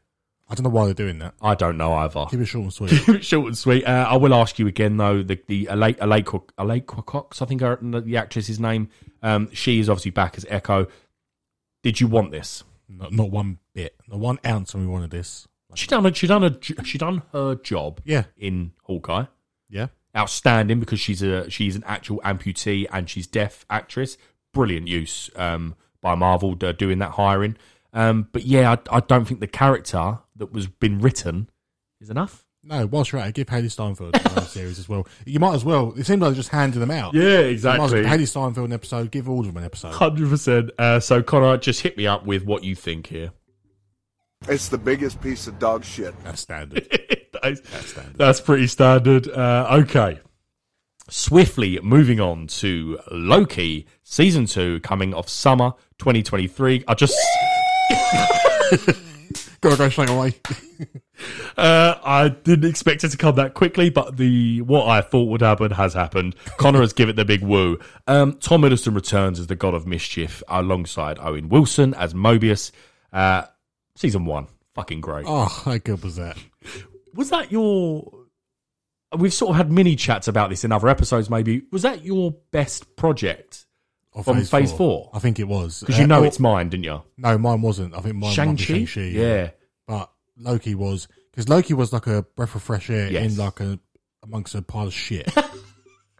S7: I don't know why they're doing that.
S6: I don't know either.
S7: Keep it short and sweet.
S6: Keep it short and sweet. Uh, I will ask you again though. The the Alake Alake Cox, I think her, the actress's name. Um, she is obviously back as Echo. Did you want this?
S7: not, not one bit, not one ounce. And we wanted this.
S6: She done a, she done a, j- she done her job.
S7: Yeah.
S6: in Hawkeye.
S7: Yeah,
S6: outstanding because she's a she's an actual amputee and she's deaf actress. Brilliant use um, by Marvel uh, doing that hiring. Um, but yeah, I, I don't think the character that was been written is enough.
S7: no. Whilst you're at it, give Haley Steinfeld a series as well. You might as well. It seems like they're just handing them out. You might as well give Haley Steinfeld an episode. Give all of them an episode.
S6: hundred percent. Uh, So Connor, just hit me up with what you think here.
S9: It's the biggest piece of dog shit.
S7: That's standard.
S6: that's, that's pretty standard. Uh, okay. Swiftly moving on to Loki season two coming off summer 2023. I just.
S7: Gotta go straight away.
S6: Uh, I didn't expect it to come that quickly, but the what I thought would happen has happened. Connor has given it the big woo. Um, Tom Hiddleston returns as the God of Mischief alongside Owen Wilson as Mobius. Uh, season one, fucking great.
S7: Oh, how good was that?
S6: Was that your? We've sort of had mini chats about this in other episodes. Maybe was that your best project?
S7: Of
S6: From Phase Four?
S7: I think it was
S6: Because you
S7: Uh,
S6: know
S7: or-
S6: it's mine, didn't you?
S7: no, mine wasn't. I think mine
S6: Shang
S7: might be
S6: Chi.
S7: Shang-Chi,
S6: Yeah.
S7: but Loki was because Loki was like a breath of fresh air
S6: Yes.
S7: in like a amongst a pile of shit. and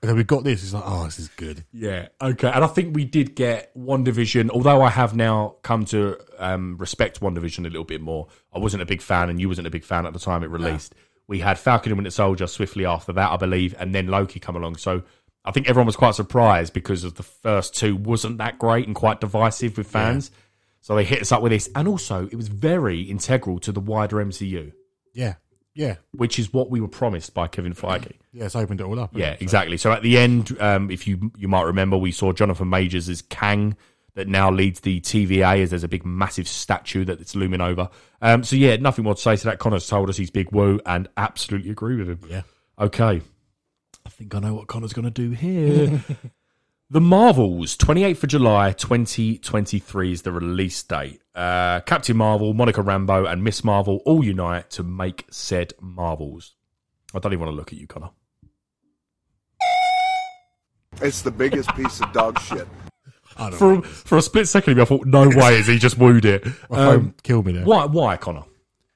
S7: then we got this. It's like, oh, this is good.
S6: Yeah. Okay. And I think we did get One Division, although I have now come to um, respect One Division a little bit more. I wasn't a big fan, and you wasn't a big fan at the time it released. We had Falcon and Winter Soldier swiftly after that, I believe, and then Loki come along. So I think everyone was quite surprised because of the first two wasn't that great and quite divisive with fans. So they hit us up with this, and also it was very integral to the wider MCU.
S7: Yeah, Yeah.
S6: which is what we were promised by Kevin Feige.
S7: Yeah, it's opened it all up.
S6: Yeah, exactly. So at the end, um, if you you might remember, we saw Jonathan Majors as Kang that now leads the TVA as there's a big massive statue that it's looming over. Um, so yeah, nothing more to say to that. Connor's told us he's big woo and absolutely agree with him.
S7: Yeah.
S6: Okay. I think I know what Connor's going to do here. the Marvels, 28th of July 2023 is the release date. Uh, Captain Marvel, Monica Rambo, and Miss Marvel all unite to make said Marvels. I don't even want to look at you, Connor.
S9: It's the biggest piece of dog shit.
S7: I don't know.
S6: for for a split second, I thought, no way is he just wooed it.
S7: My phone
S6: Um,
S7: killed me there.
S6: why, why, Connor?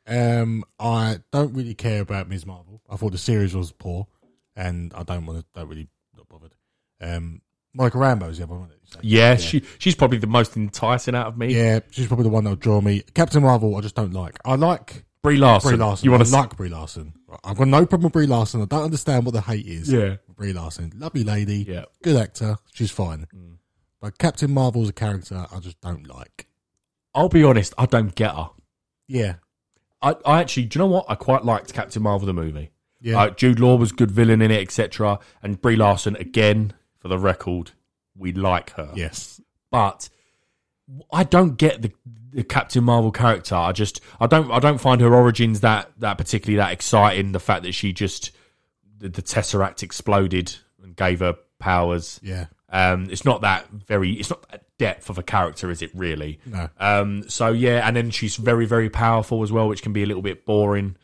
S7: Um, I don't really care about Ms. Marvel. I thought the series was poor, and I don't want to. Don't really not bothered. Um, Monica Rambo's the other one. that you say.
S6: Yeah, she she's probably the most enticing out of me.
S7: Yeah, she's probably the one that'll draw me. Captain Marvel, I just don't like. I like
S6: Brie Larson.
S7: Brie Larson.
S6: You
S7: I
S6: want to
S7: like Brie Larson? I've got no problem with Brie Larson. I don't understand what the hate is.
S6: Yeah.
S7: Brie Larson, lovely lady.
S6: Yeah. Mm.
S7: good actor. She's fine. But Captain Marvel's a character I just don't like.
S6: I'll be honest. I don't get her.
S7: Yeah,
S6: I, I actually, do you know what? I quite liked Captain Marvel the movie.
S7: yeah.
S6: Uh, Jude Law was good villain in it, etc. And Brie Larson, again, for the record, we like her.
S7: yes.
S6: but I don't get the, the Captain Marvel character. I just I don't I don't find her origins that that particularly that exciting. The fact that she just the, the Tesseract exploded and gave her powers.
S7: Yeah.
S6: Um, it's not that very. It's not that depth of a character, is it really?
S7: No.
S6: Um, so yeah, and then she's very very powerful as well, which can be a little bit boring.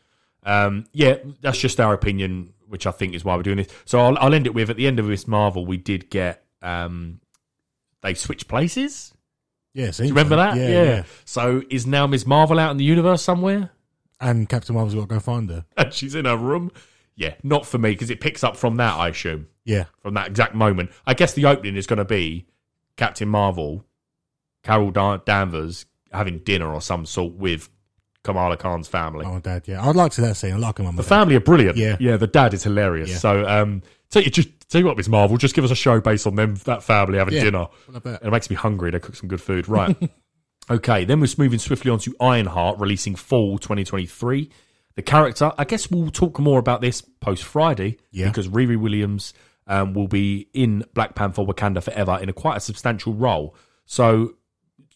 S6: Um, yeah, that's just our opinion, which I think is why we're doing this. So I'll, I'll end it with at the end of this Marvel, we did get um, they switched places.
S7: Yeah.
S6: Do you remember that?
S7: Yeah, yeah.
S6: So is now Ms. Marvel out in the universe somewhere?
S7: And Captain Marvel's got to go find her.
S6: And she's in her room. Yeah, not for me because it picks up from that. I assume
S7: Yeah.
S6: from that exact moment. I guess the opening is going to be Captain Marvel, Carol Dan- Danvers having dinner or some sort with Kamala Khan's family.
S7: Mum and Oh, Dad. Yeah, I'd like to that scene. I like him. Mum
S6: The
S7: and Dad.
S6: family are brilliant.
S7: Yeah.
S6: yeah. The dad is hilarious.
S7: Yeah.
S6: So, um, tell you just tell you what, Miss Marvel, just give us a show based on them that family having
S7: Yeah.
S6: dinner.
S7: What about-
S6: And it makes me hungry. They cook some good food, right? okay, then we're moving swiftly on to Ironheart, releasing fall 2023. The character, I guess we'll talk more about this post Friday
S7: Yeah.
S6: because Riri Williams um, will be in Black Panther Wakanda Forever in a quite a substantial role. So,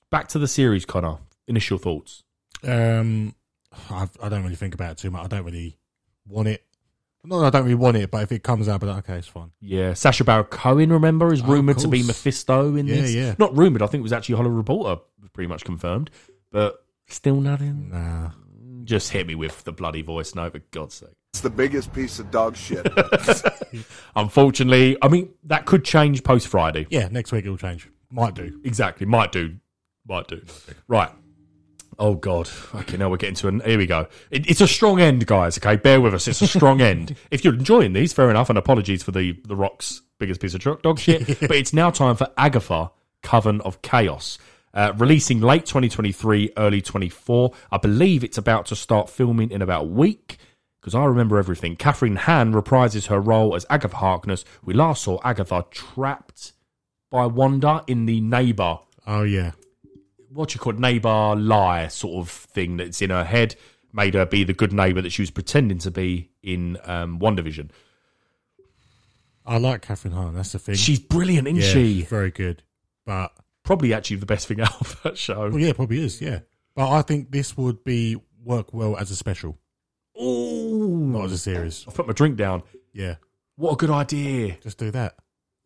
S6: back to the series, Connor. Initial thoughts.
S7: Um, I've, I don't really think about it too much. I don't really want it. Not that I don't really want it, but if it comes out, but okay, it's fine.
S6: Yeah, Sasha Baron Cohen, remember, is
S7: Oh,
S6: rumored to be
S7: course.
S6: Mephisto in
S7: Yeah,
S6: this.
S7: yeah.
S6: Not rumored, I think it was actually Hollow Reporter pretty much confirmed, but still nothing.
S7: Nah.
S6: Just hit me with the bloody voice note, for God's sake.
S9: It's the biggest piece of dog shit.
S6: Unfortunately, I mean, that could change post Friday.
S7: Yeah, next week it'll change. Might do.
S6: Exactly. Might do. Might do. Right. Oh God. Okay, now we're getting to an. Here we go. It, it's a strong end, guys. Okay, bear with us. It's a strong end. If you're enjoying these, fair enough. And apologies for the the rocks biggest piece of tro- dog shit. but it's now time for Agatha Coven of Chaos. Uh, releasing late 2023, early 24. I believe it's about to start filming in about a week because I remember everything. Catherine Hahn reprises her role as Agatha Harkness. We last saw Agatha trapped by Wanda in the neighbor
S7: Oh yeah,
S6: what do you call it, neighbor lie sort of thing that's in her head made her be the good neighbor that she was pretending to be in um, One Division.
S7: I like Catherine Hahn. That's the thing.
S6: She's brilliant, isn't
S7: yeah,
S6: she?
S7: she's very good. But
S6: Probably actually the best thing out of that show.
S7: well, yeah, probably is. Yeah, but I think this would be work well as a special, not
S6: Ooh,
S7: as a series.
S6: I've put my drink down.
S7: Yeah,
S6: What a good idea!
S7: just do that.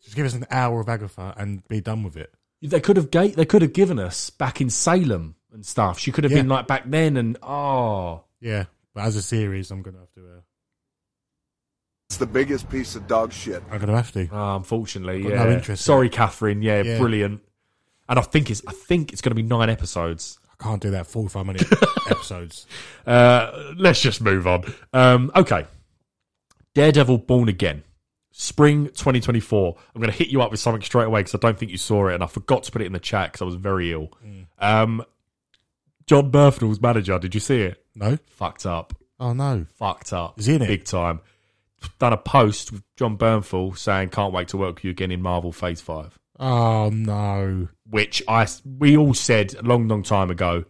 S7: Just give us an hour of Agatha and be done with it.
S6: They could have gate. They could have given us back in Salem and stuff. She could have
S7: Yeah.
S6: been like back then, and oh,
S7: Yeah, but as a series, I'm gonna have to. Uh,
S9: It's the biggest piece of dog shit.
S7: I'm gonna have to.
S6: Ah, unfortunately,
S7: Got
S6: yeah.
S7: no interest in
S6: Sorry, Catherine. Yeah,
S7: Yeah.
S6: brilliant. And I think it's I think it's going to be nine episodes.
S7: I can't do that 45 minute episodes.
S6: Uh, let's just move on. Um, okay. Daredevil Born Again. Spring 2024. I'm going to hit you up with something straight away because I don't think you saw it and I forgot to put it in the chat because I was very ill.
S7: Mm.
S6: Um, John Bernthald's manager, did you see it?
S7: No.
S6: Fucked up.
S7: Oh no.
S6: Fucked up.
S7: Is he in it?
S6: Big time. Done a post with John Bernthal saying, can't wait to work with you again in Marvel Phase 5
S7: Oh no.
S6: which I we all said a long, long time ago,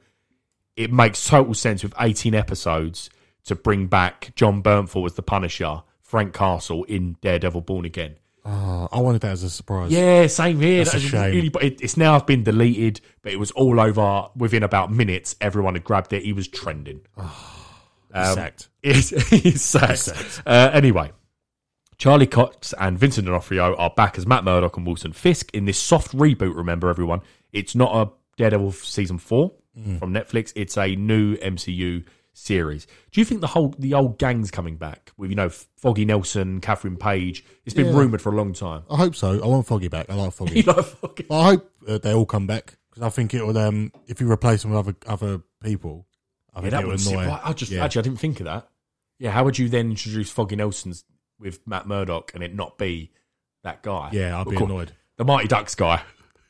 S6: it makes total sense with 18 episodes to bring back John Bernthal as the Punisher, Frank Castle in Daredevil Born Again.
S7: Uh, I wanted that as a surprise.
S6: Yeah, same here.
S7: That's
S6: That
S7: a
S6: was
S7: shame.
S6: really- it- it's now been deleted, but it was all over within about minutes. Everyone had grabbed it. He was trending. Um,
S7: Sacked.
S6: He's, he's sacked. Uh, anyway, Charlie Cox and Vincent D'Onofrio are back as Matt Murdock and Wilson Fisk in this soft reboot. Remember, everyone, it's not a Daredevil season four
S7: Mm.
S6: from Netflix. It's a new MCU series. Do you think the whole the old gang's coming back with you know Foggy Nelson, Catherine Page? It's been
S7: Yeah.
S6: rumored for a long time.
S7: I hope so. I want Foggy back. I like Foggy.
S6: You know, Foggy-
S7: But I hope uh, they all come back because I think it would. Um, if you replace them with other other people, I
S6: Yeah,
S7: think
S6: that
S7: it
S6: would
S7: would
S6: sit
S7: annoy.
S6: right. I just
S7: yeah.
S6: actually I didn't think of that. Yeah, how would you then introduce Foggy Nelson's with Matt Murdock and it not be that guy?
S7: Yeah, I'd
S6: Of
S7: be
S6: course.
S7: annoyed.
S6: The Mighty Ducks guy.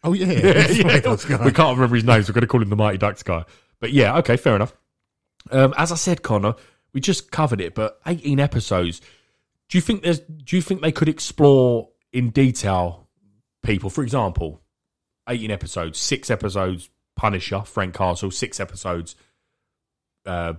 S7: Oh yeah,
S6: yeah,
S7: That's
S6: yeah.
S7: right, that's good.
S6: We can't remember his name, so we're going to call him the Mighty Ducks guy. But yeah, okay, fair enough. Um, as I said, Connor, we just covered it, but eighteen episodes. Do you think there's? Do you think they could explore in detail people? For example, eighteen episodes, six episodes Punisher, Frank Castle, six episodes uh,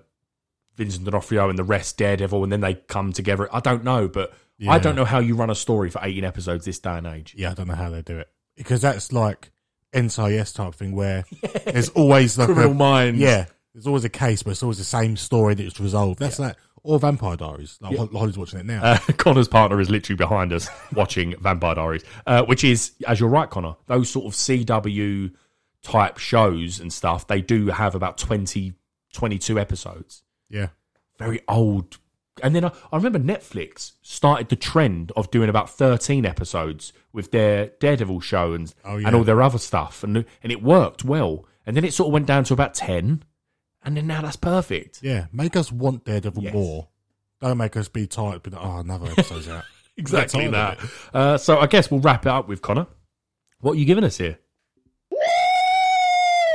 S6: Vincent D'Onofrio, and the rest Daredevil, and then they come together. I don't know, but I
S7: Yeah.
S6: don't know how you run a story for eighteen episodes this day and age.
S7: Yeah, I don't know how they do it because that's like NCIS type thing where there's always like
S6: Criminal
S7: a,
S6: Minds.
S7: Yeah, there's always a case, but it's always the same story that it's resolved. That's like or Vampire Diaries. Like, Hol- Holly's watching it now.
S6: Uh, Connor's partner is literally behind us watching Vampire Diaries, uh, which is, as you're right, Connor, those sort of CW type shows and stuff, they do have about 20, 22 episodes.
S7: yeah,
S6: Very old. And then I, I remember Netflix started the trend of doing about 13 episodes with their Daredevil show and,
S7: Oh, yeah.
S6: and all their other stuff. And, and it worked well. And then it sort of went down to about 10. And then now that's perfect.
S7: yeah. Make us want Daredevil
S6: Yes.
S7: more. Don't make us be tired. But oh, another episode's out.
S6: exactly
S7: Get tired of
S6: that.
S7: it.
S6: Uh, so I guess we'll wrap it up with Connor. What are you giving us here?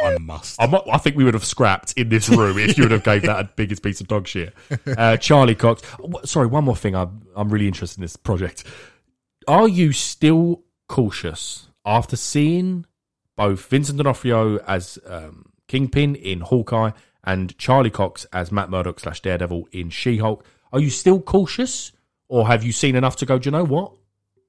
S7: I must.
S6: I, might, I think we would have scrapped in this room if you would have gave that a biggest piece of dog shit. Uh, Charlie Cox. w- Sorry, one more thing. I'm I'm really interested in this project. Are you still cautious after seeing both Vincent D'Onofrio as um, Kingpin in Hawkeye and Charlie Cox as Matt Murdock slash Daredevil in She Hulk? Are you still cautious, or have you seen enough to go? Do you know what?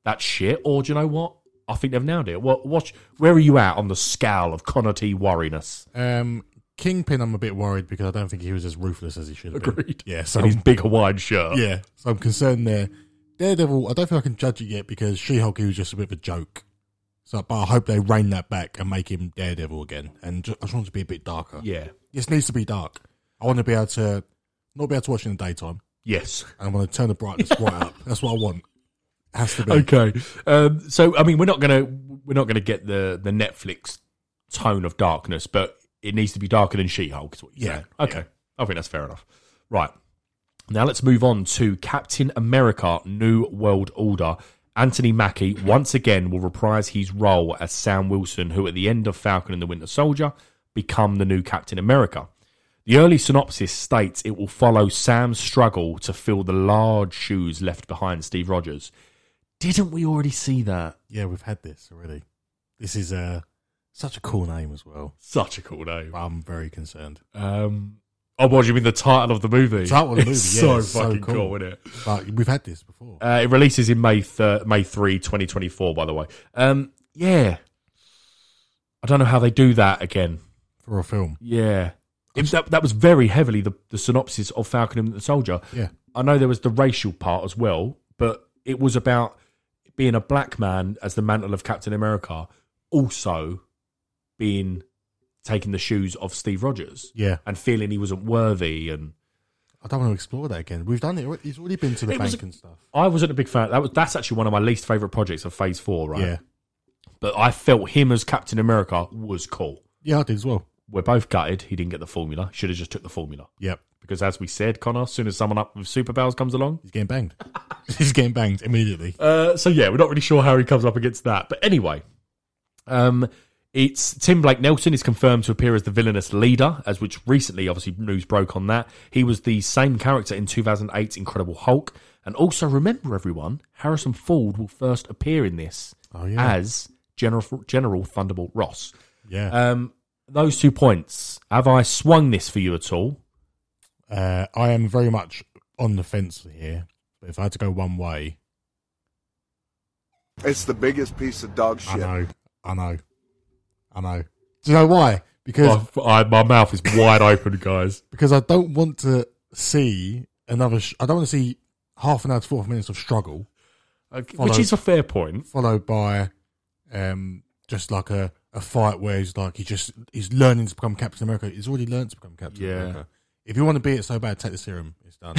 S6: That's shit. Or do you know what? I think they've nailed it. What? What? Where are you at on the scale of Connor T. Worriness?
S7: Um, Kingpin, I'm a bit worried because I don't think he was as ruthless as he should have been.
S6: Agreed.
S7: Yeah,
S6: in
S7: so
S6: his big Hawaiian shirt.
S7: yeah, so I'm concerned there. Daredevil, I don't think I can judge it yet because She-Hulk he was just a bit of a joke. So, but I hope they rein that back and make him Daredevil again. And ju- I just want it to be a bit darker.
S6: Yeah.
S7: this needs to be dark. I want to be able to not be able to watch in the daytime,
S6: Yes.
S7: and I want to turn the brightness right up. That's what I want. Has to be.
S6: Okay. Um, so I mean, we're not gonna we're not gonna get the the Netflix tone of darkness, but it needs to be darker than She Hulk. Is what you're
S7: Yeah,
S6: saying. Okay. I think that's fair enough. Right. Now let's move on to Captain America: New World Order. Anthony Mackie once again will reprise his role as Sam Wilson, who at the end of Falcon and the Winter Soldier become the new Captain America. The early synopsis states it will follow Sam's struggle to fill the large shoes left behind Steve Rogers. Didn't we already see that?
S7: Yeah, we've had this already. This is uh, such a cool name as well.
S6: Such a cool name.
S7: But I'm very concerned.
S6: Um, oh, what do you mean the title of the movie?
S7: Title of the
S6: It's
S7: movie, yeah,
S6: so
S7: it's so
S6: fucking
S7: cool.
S6: cool. isn't it?
S7: But we've had this before.
S6: Uh, it releases in May th- May 3, 2024, by the way. Um, yeah. I don't know how they do that again.
S7: for a film.
S6: Yeah. It, that, that was very heavily the, the synopsis of Falcon and the Soldier.
S7: Yeah.
S6: I know there was the racial part as well, but it was about being a black man as the mantle of Captain America, also being taking the shoes of Steve Rogers.
S7: Yeah.
S6: And feeling he wasn't worthy and
S7: I don't want to explore that again. We've done it. already- It's already been to the
S6: It was
S7: bank
S6: a-
S7: and stuff.
S6: I wasn't a big fan. That was that's actually one of my least favourite projects of phase four, right?
S7: Yeah.
S6: But I felt him as Captain America was cool.
S7: Yeah, I did as well.
S6: We're both gutted he didn't get the formula. Should have just took the formula.
S7: Yep.
S6: Because as we said, Connor, as soon as someone up with superpowers comes along,
S7: He's getting banged. He's getting banged immediately.
S6: Uh, so yeah, we're not really sure how he comes up against that. But anyway, um, it's Tim Blake Nelson is confirmed to appear as the villainous leader, as which recently, obviously, news broke on that. He was the same character in 2008's Incredible Hulk, and also remember everyone, Harrison Ford will first appear in this
S7: Oh, yeah.
S6: as General General Thunderbolt Ross.
S7: Yeah.
S6: Um, those two points. Have I swung this for you at all?
S7: Uh, I am very much on the fence here. But if I had to go one way,
S9: It's the biggest piece of dog shit.
S7: I know, I know, I know. Do you know why? Because
S6: I, I- my mouth is wide open, guys.
S7: because I don't want to see another. Sh- I don't want to see half an hour to forty minutes of struggle
S6: Which is a fair point.
S7: followed by um, just like a, a fight where he's like he just he's learning to become Captain America. He's already learned to become Captain
S6: Yeah.
S7: America. If you want to be it so bad, take the serum. It's done.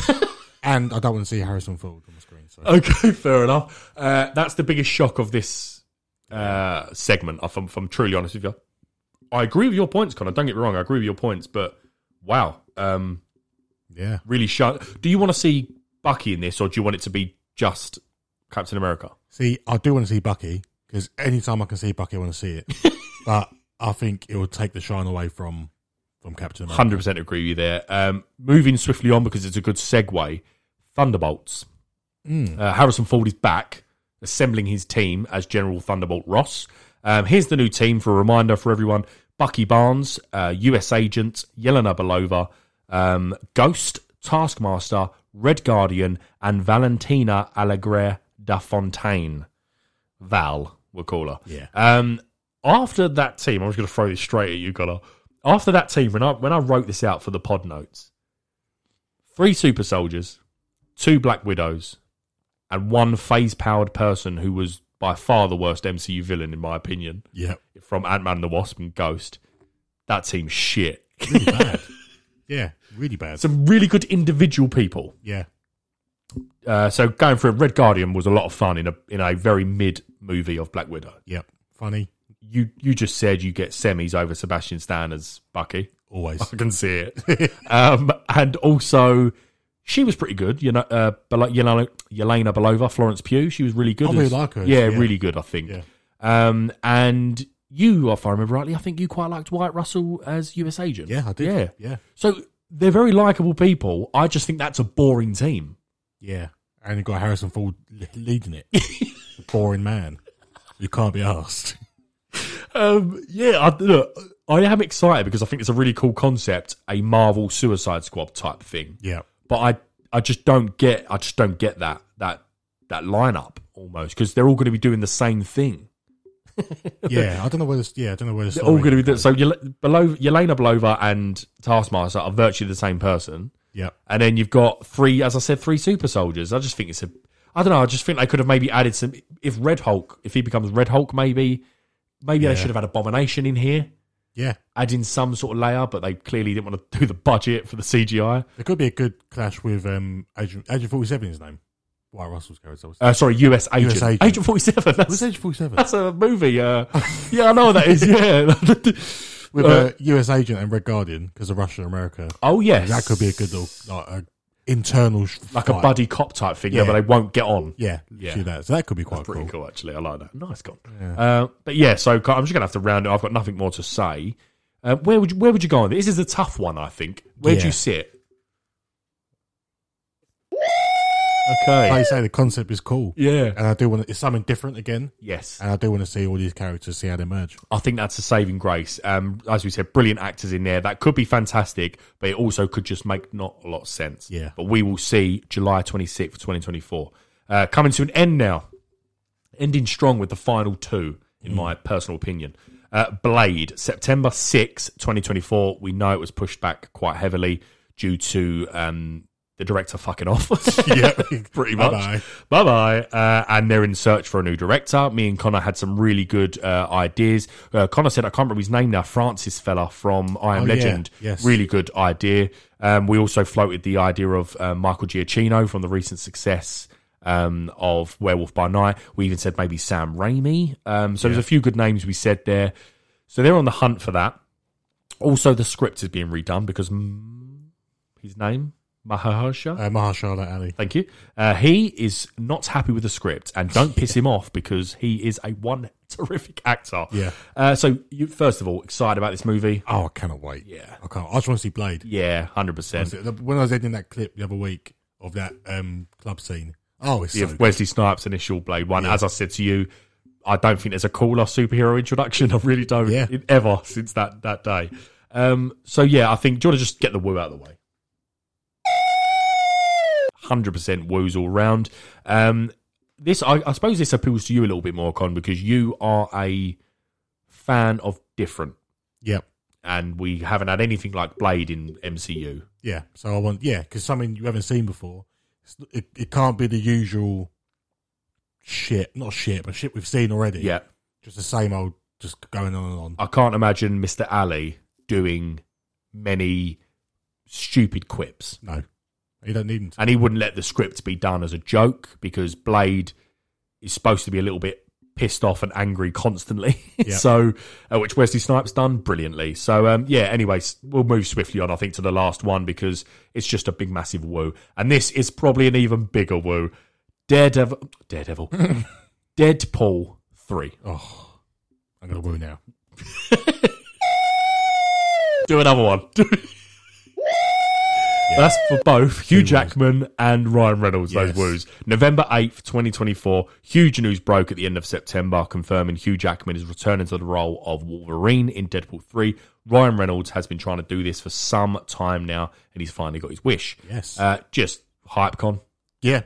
S7: and I don't want to see Harrison Ford on the screen. So
S6: Okay, fair enough. Uh, that's the biggest shock of this uh, segment. If I'm, if I'm truly honest with you, I agree with your points, Connor. Don't get me wrong. I agree with your points, but wow, um,
S7: yeah,
S6: really shut. Do you want to see Bucky in this, or do you want it to be just Captain America?
S7: see, I do want to see Bucky because anytime I can see Bucky, I want to see it. but I think it will take the shine away from from Captain America.
S6: Hundred percent agree with you there. Um, moving swiftly on because it's a good segue. Thunderbolts. Uh, Harrison Ford is back, assembling his team as General Thunderbolt Ross. Um, here's the new team for a reminder for everyone: Bucky Barnes, uh, U.S. Agent Yelena Belova, um, Ghost, Taskmaster, Red Guardian, and Valentina Allegre da Fontaine. Val, we'll call her.
S7: Yeah.
S6: Um, after that team, I'm just going to throw this straight at you, Connor. After that team, when I when I wrote this out for the pod notes, three super soldiers, two Black Widows, and one phase powered person who was by far the worst MCU villain in my opinion
S7: Yeah,
S6: from Ant Man the Wasp and Ghost. That team's shit.
S7: really bad. Yeah, really bad.
S6: Some really good individual people.
S7: yeah,
S6: Uh, so going for a Red Guardian was a lot of fun in a in a very mid movie of Black Widow.
S7: yeah, funny
S6: You you just said you get semis over Sebastian Stan as Bucky.
S7: always.
S6: I can see it. um, and also, she was pretty good. You know, uh, Bel- Yelena, Yelena Belova, Florence Pugh. She was really good.
S7: I really
S6: as-
S7: like her,
S6: Yeah,
S7: yeah.
S6: really good. I think.
S7: Yeah.
S6: Um, and you, if I remember rightly, I think you quite liked White Russell as U.S. agent.
S7: Yeah, I did.
S6: Yeah,
S7: Yeah.
S6: So they're very likable people. I just think that's a boring team.
S7: Yeah, and you got Harrison Ford le- leading it. the boring man. You can't be asked.
S6: Um, yeah, I, look, I am excited because I think it's a really cool concept, a Marvel Suicide Squad type thing.
S7: Yeah,
S6: but I I just don't get I just don't get that that that lineup almost because they're all going to be doing the same thing.
S7: yeah. I don't know where this. Yeah, I don't know where this.
S6: They're all going to be doing, so Yel- below Yelena Belova and Taskmaster are virtually the same person,
S7: Yeah,
S6: and then you've got three, as I said, three super soldiers. I just think it's a I don't know. I just think they could have maybe added some. If Red Hulk, if he becomes Red Hulk, maybe maybe
S7: Yeah.
S6: they should have had Abomination in here,
S7: yeah.
S6: add in some sort of layer. But they clearly didn't want to do the budget for the CGI.
S7: There could be a good clash with um Agent Agent Forty Seven. His name. Why Russell's character was.
S6: Uh, sorry, US agent,
S7: US Agent.
S6: Forty Seven.
S7: was Agent Forty Seven
S6: That's a movie. Uh, yeah, I know what that is. Yeah.
S7: with
S6: Uh,
S7: a U.S. agent and Red Guardian because of Russia and America.
S6: oh yes,
S7: That could be a good little like a internal sh-
S6: like a
S7: fight.
S6: buddy cop type thing. Yeah,
S7: Yeah.
S6: but they won't get on.
S7: Yeah,
S6: Yeah.
S7: yeah. That. So that could be quite
S6: That's pretty
S7: cool.
S6: cool. actually. I like that. Nice con. Uh, but yeah, so I'm just gonna have to round it. I've got nothing more to say. Uh, where would you, where would you go on this? This is a tough one, I think. Where'd
S7: Yeah.
S6: you sit? Okay.
S7: Like you say, the concept is cool.
S6: Yeah.
S7: and I do want to, it's something different again,
S6: yes.
S7: and I do want to see all these characters see how they merge.
S6: I think that's a saving grace. Um, as we said, brilliant actors in there. That could be fantastic, but it also could just make not a lot of sense.
S7: Yeah.
S6: But we will see July 26th, 2024. Uh, coming to an end now. Ending strong with the final two, in
S7: Mm.
S6: my personal opinion. Uh, Blade, September 6th, 2024. We know it was pushed back quite heavily due to um, the director fucking off.
S7: Yeah,
S6: pretty much.
S7: Bye-bye.
S6: Bye bye. Uh, and they're in search for a new director. Me and Connor had some really good uh, ideas. Uh, Connor said, I can't remember his name now, Francis Fella from I Am
S7: Oh, yeah.
S6: Legend.
S7: Yes.
S6: Really good idea. Um, we also floated the idea of uh, Michael Giacchino from the recent success. Um, of Werewolf by Night, we even said maybe Sam Raimi. Um, so there's a few good names we said there. So they're on the hunt for that. Also, the script is being redone because mm, his name Mahershala.
S7: Uh, Mahershala Ali.
S6: Thank you. Uh, he is not happy with the script, and don't piss him off because he is a one terrific actor.
S7: Yeah.
S6: Uh, so, you, first of all, excited about this movie?
S7: Oh, I cannot wait.
S6: Yeah.
S7: I can't. I just want to see Blade.
S6: Yeah, hundred percent.
S7: Honestly, the- When I was editing that clip the other week of that um, club scene, oh, it's so
S6: Yeah, Wesley Snipes initial Blade One. As I said to you, I don't think there's a cooler superhero introduction. I really don't.
S7: Yeah.
S6: in- Ever since that that day. Um, so yeah, I think do you want to just get the woo out of the way? 100% woos all round. Um, this, I, I suppose, this appeals to you a little bit more, Con, because you are a fan of different,
S7: Yep.
S6: and we haven't had anything like Blade in MCU.
S7: Yeah. So I want yeah because something you haven't seen before. It's, it it can't be the usual shit, not shit, but shit we've seen already.
S6: Yeah,
S7: Just the same old, just going on and on.
S6: I can't imagine Mr. Ali doing many stupid quips.
S7: no, you don't need them. To.
S6: and he wouldn't let the script be done as a joke because Blade is supposed to be a little bit pissed off and angry constantly.
S7: Yeah.
S6: so, uh, which Wesley Snipes done brilliantly. So, um, yeah. Anyways, we'll move swiftly on. I think to the last one because it's just a big, massive woo, and this is probably an even bigger woo. Daredevil, Daredevil, Deadpool three.
S7: I'm gonna woo now.
S6: Do another one. That's for both Hugh Jackman and Ryan Reynolds,
S7: Yes.
S6: those woos. November 8th, 2024, huge news broke at the end of September confirming Hugh Jackman is returning to the role of Wolverine in Deadpool 3. Ryan Reynolds has been trying to do this for some time now, and he's finally got his wish.
S7: Yes.
S6: Uh, just hype con,
S7: Yeah,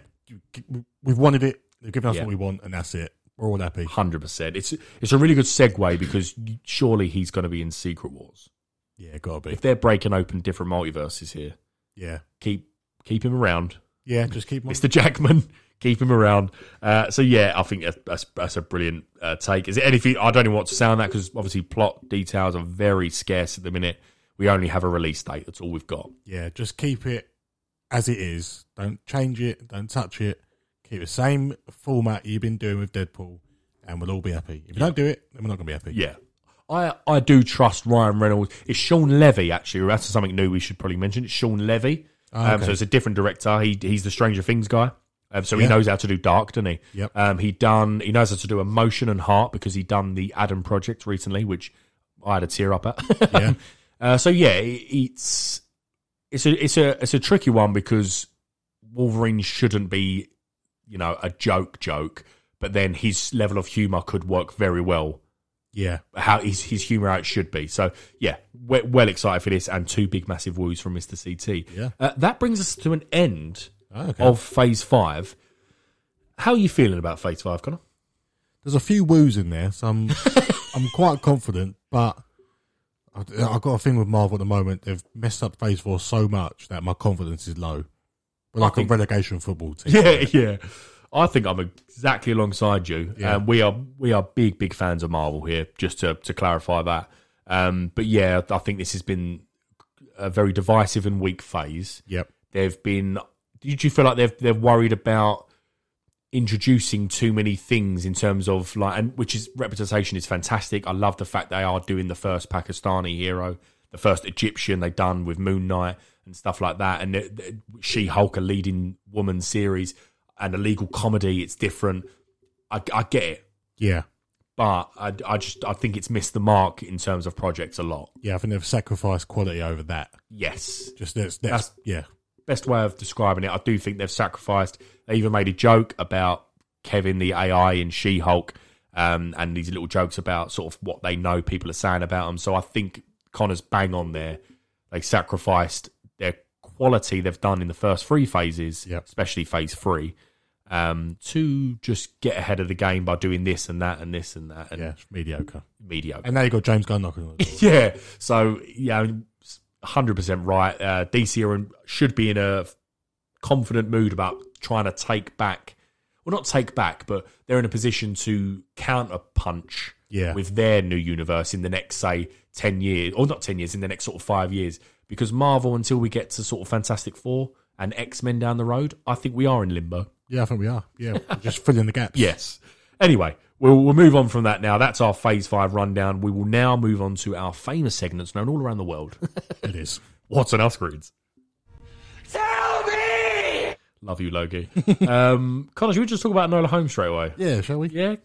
S7: we've wanted it. They've given us
S6: Yeah.
S7: what we want, and that's it. We're all happy.
S6: 100%. It's, it's a really good segue because surely he's going to be in Secret Wars.
S7: Yeah, gotta be.
S6: If they're breaking open different multiverses here,
S7: Yeah,
S6: keep keep him around.
S7: yeah. Just keep. on-
S6: Mr. Jackman. Keep him around. Uh, so yeah, I think that's that's, that's a brilliant uh, take. Is it anything? I don't even want to sound that because obviously plot details are very scarce at the minute. We only have a release date. That's all we've got.
S7: Yeah, just keep it as it is. Don't change it. Don't touch it. Keep the same format you've been doing with Deadpool, and we'll all be happy. If you don't do it, then we're not gonna be happy.
S6: Yeah, I I do trust Ryan Reynolds. It's Sean Levy actually. That's something new we should probably mention. It's Sean Levy.
S7: Ah,
S6: um,
S7: okay.
S6: so it's a different director. He he's the Stranger Things guy. Um, so
S7: Yeah.
S6: he knows how to do dark, doesn't he?
S7: Yep.
S6: Um, he done he knows how to do emotion and heart because he done the Adam project recently, which I had a tear up at.
S7: Yeah.
S6: Uh, so yeah, it- it's it's a it's a it's a tricky one because Wolverine shouldn't be, you know, a joke joke, but then his level of humor could work very well.
S7: yeah.
S6: How his his humor out should be. So yeah, we're well excited for this and two big massive woos from Mister CT.
S7: Yeah.
S6: uh, that brings us to an end
S7: Ah, okay.
S6: of Phase Five. How are you feeling about Phase Five, Connor?
S7: There's a few woos in there, so I'm I'm quite confident. But I- I've got a thing with Marvel at the moment. They've messed up Phase Four so much that my confidence is low. We're like
S6: think-
S7: a relegation football team.
S6: Yeah, yeah. I think I'm exactly alongside you.
S7: Yeah.
S6: Um, we are we are big big fans of Marvel here. Just to to clarify that. Um, but yeah, I think this has been a very divisive and weak phase.
S7: Yep.
S6: They've been. Did you feel like they've they're worried about introducing too many things in terms of like, and which is representation is fantastic. I love the fact they are doing the first Pakistani hero, the first Egyptian they done with Moon Knight and stuff like that, and the- the- She Hulk, a leading woman series, and a legal comedy. It's different. I, I get it,
S7: Yeah.
S6: but I, I just I think it's missed the mark in terms of projects a lot.
S7: Yeah. I think they've sacrificed quality over that.
S6: Yes,
S7: Just that's, that's
S6: That's-
S7: yeah.
S6: best way of describing it. I do think they've sacrificed. They even made a joke about Kevin the AI and She Hulk, um, and these little jokes about sort of what they know people are saying about them. So I think Connor's bang on there. They sacrificed their quality they've done in the first three phases,
S7: Yep.
S6: especially phase three, um, to just get ahead of the game by doing this and that and this and that and
S7: Yeah. It's mediocre.
S6: mediocre.
S7: And now you got James Gunn knocking on the door.
S6: Yeah. So yeah, hundred percent right. Uh, DC are in, should be in a confident mood about trying to take back, well, not take back, but they're in a position to counter punch
S7: Yeah.
S6: with their new universe in the next say ten years, or not ten years, in the next sort of five years. Because Marvel, until we get to sort of Fantastic Four and X Men down the road, I think we are in limbo.
S7: Yeah, I think we are. Yeah, we're just filling the gaps.
S6: Yes. Anyway, we'll, we'll move on from that now. That's our phase five rundown. We will now move on to our famous segments known all around the world.
S7: it is.
S6: What's on our screens? Tell me! Love you, Logie. um, Connor, should we just talk about Nola Holmes straight away?
S7: Yeah, shall we?
S6: Yeah.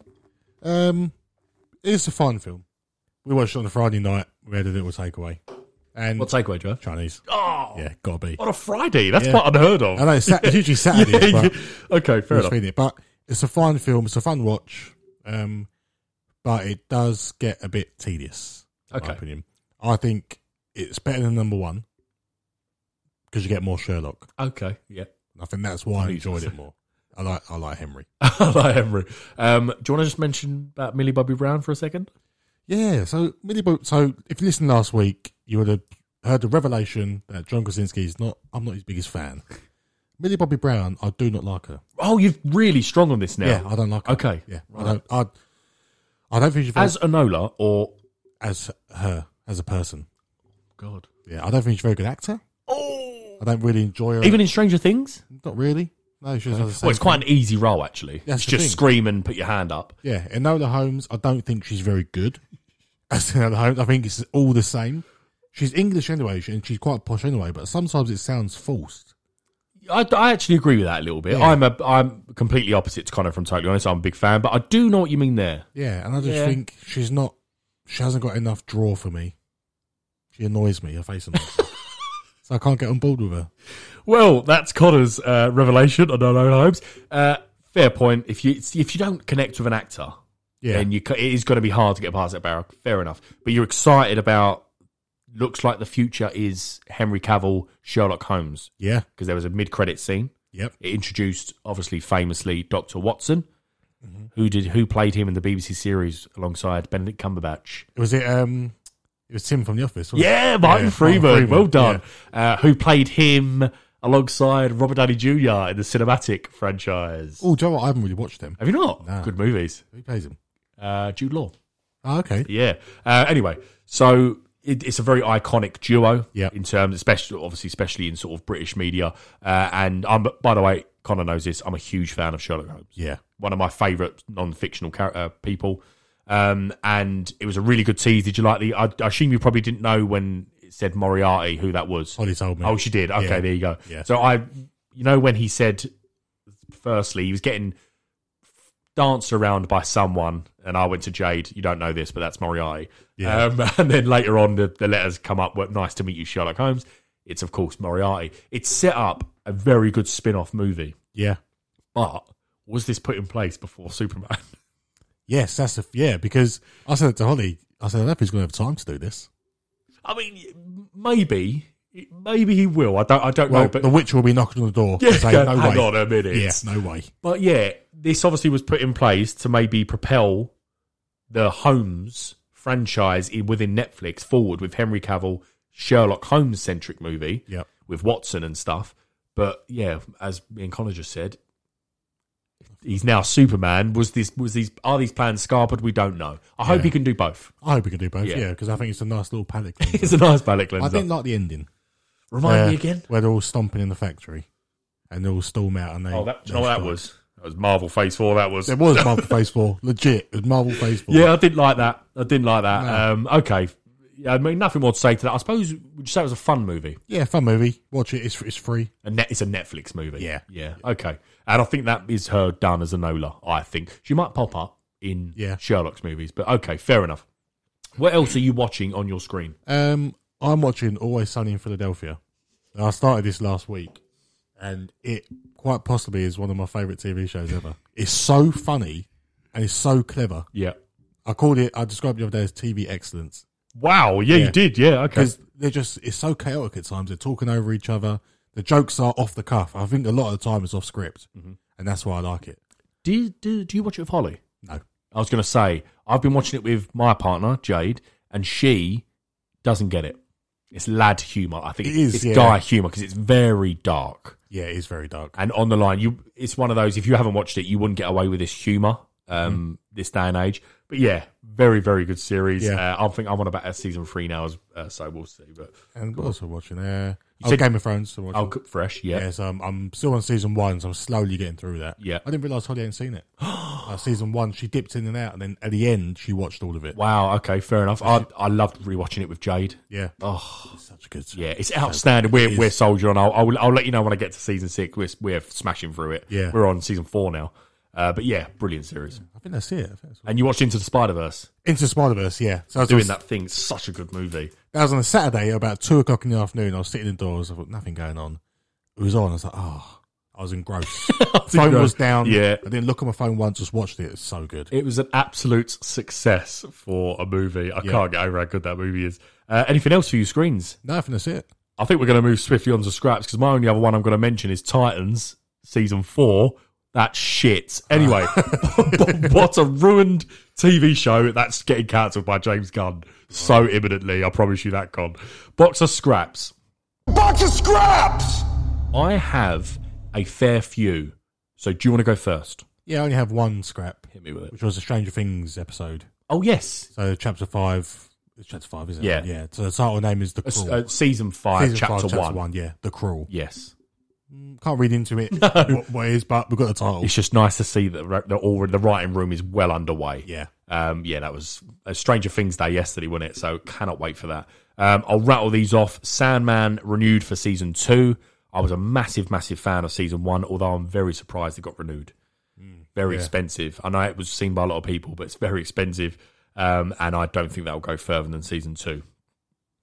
S7: Um, it's a fine film. We watched it on a Friday night. We had a little takeaway, and
S6: What takeaway, Joe?
S7: Chinese.
S6: Oh,
S7: Yeah, gotta be.
S6: on a Friday. That's
S7: Yeah.
S6: quite unheard
S7: I
S6: of.
S7: know it's, sat- it's usually
S6: Yeah,
S7: Saturday,
S6: yeah.
S7: but
S6: Okay, fair
S7: we've
S6: enough.
S7: seen it. But it's a fine film. It's a fun watch. Um, but it does get a bit tedious. In
S6: Okay.
S7: my opinion. I think it's better than number one because you get more Sherlock.
S6: Okay, yeah.
S7: I think that's why I enjoyed it more. I like I like Henry.
S6: like Henry. Um, do you want to just mention about Millie Bobby Brown for a second?
S7: Yeah, so Millie Bo- so if you listened last week, you would have heard the revelation that John Krasinski is not I'm not his biggest fan. Millie Bobby Brown, I do not like her.
S6: Oh, you're really strong on this now.
S7: Yeah, I don't like her.
S6: Okay.
S7: Yeah. I don't I, I don't think she's very,
S6: As
S7: as
S6: Enola or
S7: as her as a person.
S6: God,
S7: Yeah, I don't think she's a very good actor. Oh I don't really enjoy her.
S6: even in Stranger Things.
S7: not really. No, she's not the same
S6: Well, it's quite an easy role actually.
S7: That's
S6: it's
S7: the
S6: just
S7: thing.
S6: scream and put your hand up.
S7: Yeah, Enola Holmes, I don't think she's very good. As Enola Holmes, I think it's all the same. She's English anyway, she- and she's quite posh anyway, but sometimes it sounds forced.
S6: I, I actually agree with that a little bit.
S7: Yeah.
S6: I'm a I'm completely opposite to Connor from Totally Honest. I'm a big fan, but I do know what you mean there.
S7: Yeah, and I just
S6: Yeah.
S7: think she's not. She hasn't got enough draw for me. She annoys me. Her face annoys me. so I can't get on board with her.
S6: Well, that's Connor's uh, revelation on Enola Holmes. Uh, fair point. If you if you don't connect with an actor,
S7: Yeah,
S6: then you ca- it is going to be hard to get past that barrier. Fair enough. But you're excited about looks like the future is Henry Cavill Sherlock Holmes
S7: yeah,
S6: because there was a mid credit scene.
S7: yep.
S6: It introduced obviously famously Doctor Watson, who did who played him in the BBC series alongside Benedict Cumberbatch.
S7: Was it? Um, it was Tim from the office. Wasn't
S6: Yeah,
S7: it?
S6: Martin Freeman. Well done.
S7: yeah.
S6: Uh, who played him alongside Robert Downey Jr. in the cinematic franchise?
S7: Oh, Joe, I haven't really watched him.
S6: Have you not?
S7: No.
S6: Good movies.
S7: Who plays him?
S6: Uh, Jude Law.
S7: Oh, okay.
S6: Yeah. Uh, anyway, so it, it's a very iconic duo.
S7: Yeah.
S6: In terms, especially obviously, especially in sort of British media. Uh, and I'm by the way, Connor knows this. I'm a huge fan of Sherlock Holmes.
S7: Yeah,
S6: One of my favourite non-fictional char- uh, people. Um, and it was a really good tease. Did you like the? I, I assume you probably didn't know when it said Moriarty who that was.
S7: Holly told me.
S6: Oh, she did. Okay,
S7: Yeah.
S6: there you go.
S7: Yeah.
S6: So I, you know, when he said, firstly, he was getting danced around by someone, and I went to Jade. You don't know this, but that's Moriarty.
S7: Yeah.
S6: Um, and then later on, the, the letters come up. Well, nice to meet you, Sherlock Holmes. It's of course Moriarty. It's set up a very good spin-off movie,
S7: Yeah.
S6: but was this put in place before Superman?
S7: Yes, that's a yeah. Because I said it to Holly. I said, I don't know if he's going to have time to do this.
S6: I mean, maybe, maybe he will. I don't. I don't
S7: Well,
S6: know. But
S7: the witch will be knocking on the door.
S6: Yeah,
S7: saying,
S6: go,
S7: no
S6: hang
S7: way.
S6: on a minute.
S7: Yeah, no way.
S6: But yeah, this obviously was put in place to maybe propel the Holmes franchise i- within Netflix forward with Henry Cavill, Sherlock Holmes centric movie
S7: Yep.
S6: with Watson and stuff. But yeah, as me and Connor just said, he's now Superman. Was this was these are these plans scarpered? We don't know. I hope
S7: Yeah.
S6: he can do both.
S7: I hope we can do both.
S6: Yeah.
S7: Yeah, because I think it's a nice little paddock.
S6: it's a nice palate cleanser.
S7: I didn't like the ending.
S6: Remind
S7: where-
S6: me again.
S7: Where they're all stomping in the factory, and they all storm out, and they.
S6: Oh, that, do
S7: they
S6: you know what that
S7: strike.
S6: was? That was Marvel Phase Four. That was
S7: It was Marvel Phase Four, legit. It was Marvel Phase Four.
S6: Yeah, I didn't like that. I didn't like that.
S7: No.
S6: Um, okay. Yeah, I mean, nothing more to say to that. I suppose, would you say it was a fun movie?
S7: yeah, fun movie. Watch it. It's it's free.
S6: A net, it's a Netflix movie.
S7: Yeah.
S6: Yeah. Okay. And I think that is her done as Enola, I think. She might pop up in
S7: Yeah.
S6: Sherlock's movies, but okay, fair enough. What else are you watching on your screen?
S7: Um, I'm watching Always Sunny in Philadelphia. I started this last week, and it quite possibly is one of my favorite TV shows ever. it's so funny, and it's so clever.
S6: Yeah.
S7: I called it. I described it the other day as TV excellence.
S6: Wow. Yeah, you
S7: Yeah.
S6: did. Yeah. Okay.
S7: because they're just it's so chaotic at times. They're talking over each other. The jokes are off the cuff. I think a lot of the time it's off script,
S6: Mm-hmm.
S7: and that's why I like it.
S6: Do you, do, do you watch it with Holly?
S7: No,
S6: I was going to say, I've been watching it with my partner, Jade, and she doesn't get it. It's lad humour. I think
S7: It is,
S6: it's
S7: yeah.
S6: guy humour because it's very dark.
S7: yeah, it is very dark.
S6: And on the line, you it's one of those, if you haven't watched it, you wouldn't get away with this humour
S7: Mm.
S6: um, this day and age. But yeah, very, very good series.
S7: Yeah.
S6: Uh, I think I'm on about uh, season three now, uh, so we'll see. But
S7: And we're also watching uh,
S6: You
S7: oh,
S6: said-
S7: Game of Thrones. So
S6: I'll
S7: watching.
S6: cook fresh, yeah.
S7: Yes, um, I'm still on season one, so I'm slowly getting through that.
S6: Yeah.
S7: I didn't realize Holly hadn't seen it. uh, season one, she dipped in and out, and then at the end, she watched all of it.
S6: Wow, okay, fair enough. I, I loved rewatching it with Jade.
S7: Yeah,
S6: Oh,
S7: such a good.
S6: Yeah, it's outstanding. We're,
S7: It is.
S6: we're soldier on. I'll, I'll, I'll let you know when I get to season six. We're, we're smashing through it.
S7: Yeah.
S6: We're on season four now. Uh, but yeah, brilliant series.
S7: I think that's it. I think that's all.
S6: And you watched Into the Spider Verse
S7: Into Spider Verse, yeah. So I was
S6: doing
S7: on-
S6: that thing. It's such a good movie.
S7: That was on a Saturday about two o'clock in the afternoon. I was sitting indoors. I thought nothing going on. It was on. I was like, oh, I was engrossed. phone
S6: engrossed.
S7: was down.
S6: Yeah.
S7: I didn't look at my phone once. Just watched it. It's so good.
S6: It was an absolute success for a movie. I
S7: Yeah.
S6: can't get over how good that movie is. Uh, anything else for you screens?
S7: no, I think that's it.
S6: I think we're going to move swiftly on to scraps because my only other one I'm going to mention is Titans season four. That shit. Anyway, what a ruined TV show that's getting cancelled by James Gunn so imminently. I promise you that, Con. Box of scraps.
S9: Box of scraps!
S6: I have a fair few. So do you want to go first?
S7: Yeah, I only have one scrap,
S6: Hit me with it.
S7: which was a Stranger Things episode.
S6: Oh yes,
S7: So chapter five, it's chapter five, isn't
S6: Yeah.
S7: it? Yeah. So the title name is The
S6: Uh, s-
S7: Crawl.
S6: uh, season five,
S7: Season
S6: chapter,
S7: five,
S6: one.
S7: Yeah, The Crawl.
S6: Yes,
S7: Can't read into it what, what it is, but we've got the title.
S6: it's just nice to see that re- that all the writing room is well underway.
S7: Yeah.
S6: Um, yeah, that was a Stranger Things day yesterday, wasn't it? So cannot wait for that. Um, I'll rattle these off. Sandman renewed for season two. I was a massive, massive fan of season one, although I'm very surprised it got renewed. Very expensive. I know it was seen by a lot of people, but it's very expensive. Um, and I don't think that'll go further than season two.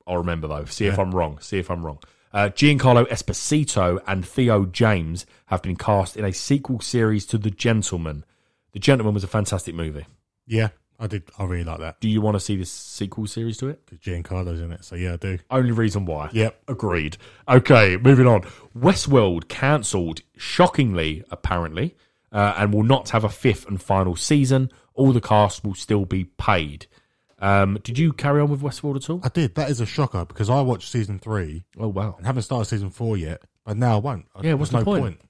S6: I'll remember though. See if I'm wrong. See if I'm wrong. Uh, Giancarlo Esposito and Theo James have been cast in a sequel series to The Gentleman. The Gentleman was a fantastic movie.
S7: Yeah, I did. I really like that
S6: Do you want to see the sequel series to it?
S7: because Giancarlo's in it. So yeah, I do.
S6: Only reason why.
S7: Yep.
S6: Agreed. Okay, moving on. Westworld cancelled, shockingly, apparently, uh, and will not have a fifth and final season. All the cast will still be paid. Um, did you carry on with Westworld at all?
S7: I did. That is a shocker because I watched season three
S6: Oh, wow.
S7: and haven't started season four yet, but now I won't. I-
S6: Yeah, what's
S7: there's
S6: the point?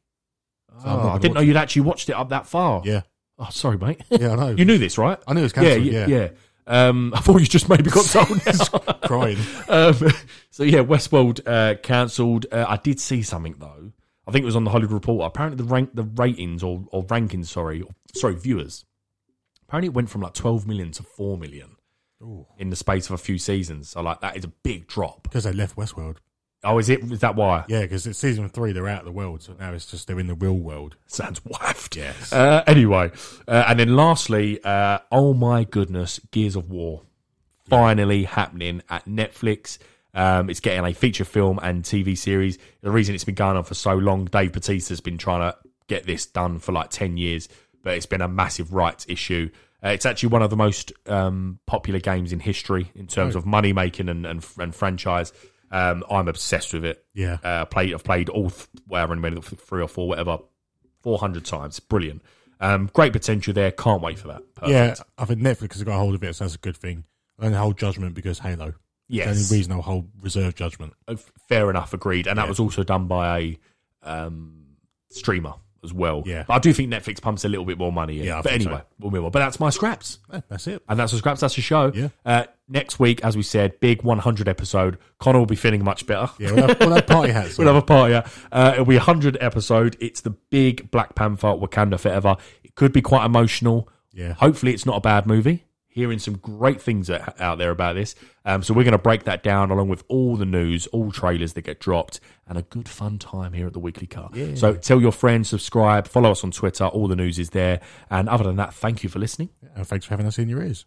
S7: So I'm not
S6: Oh, I
S7: gonna
S6: didn't know
S7: watch
S6: you'd actually watched it up that far.
S7: it. Yeah,
S6: Oh, sorry, mate.
S7: Yeah, I know.
S6: you knew this, right?
S7: I knew it was cancelled. Yeah,
S6: yeah, yeah. Um, I thought you just maybe got told now.
S7: crying.
S6: um, so yeah, Westworld uh, cancelled. Uh, I did see something though. I think it was on the Hollywood Reporter. Apparently, the rank, the ratings or or rankings, sorry, or, sorry, viewers. Apparently, it went from like twelve million to four million in the space of a few seasons. So like that is a big drop.
S7: because they left Westworld.
S6: Oh, is it? Is that why?
S7: Yeah, because it's season three. They're out of the world, so now it's just they're in the real world.
S6: Sounds waft.
S7: Yes.
S6: Uh, anyway, uh, and then lastly, uh, oh my goodness, Gears of War finally happening at Netflix. Um, it's getting a feature film and TV series. The reason it's been going on for so long, Dave Batista's been trying to get this done for like 10 years, but it's been a massive rights issue. Uh, it's actually one of the most um, popular games in history in
S7: Oh.
S6: terms of money making and, and, and franchise. Um, I'm obsessed with it.
S7: Yeah.
S6: Uh, play, I've played all, th- whatever, and made it three or four, whatever, 400 times. Brilliant. Um, great potential there. Can't wait for that.
S7: Yeah, I think Netflix has got a hold of it, so that's a good thing. I don't hold judgment because Halo.
S6: Yes.
S7: It's the only reason I'll hold reserve judgment.
S6: Uh, fair enough, agreed. And that was also done by a um, streamer as well.
S7: Yeah.
S6: But I do think Netflix pumps a little bit more money in.
S7: Yeah, I
S6: but
S7: think so.
S6: anyway, we'll move on. But that's my scraps.
S7: Eh, that's it.
S6: And that's the scraps. That's the show.
S7: Yeah.
S6: Uh, next week, as we said, big 100 episode. Connor will be feeling much better.
S7: Yeah, we'll have, we'll have party hats.
S6: We'll have a party. Yeah. Uh, it'll be a 100 episode. It's the big Black Panther Wakanda Forever. It could be quite emotional.
S7: Yeah.
S6: Hopefully, it's not a bad movie. Hearing some great things a- out there about this. Um, so, we're going to break that down along with all the news, all trailers that get dropped, and a good fun time here at the Weekly Car. So, tell your friends, subscribe, follow us on Twitter. All the news is there. And other than that, thank you for listening.
S7: and thanks for having us in your ears.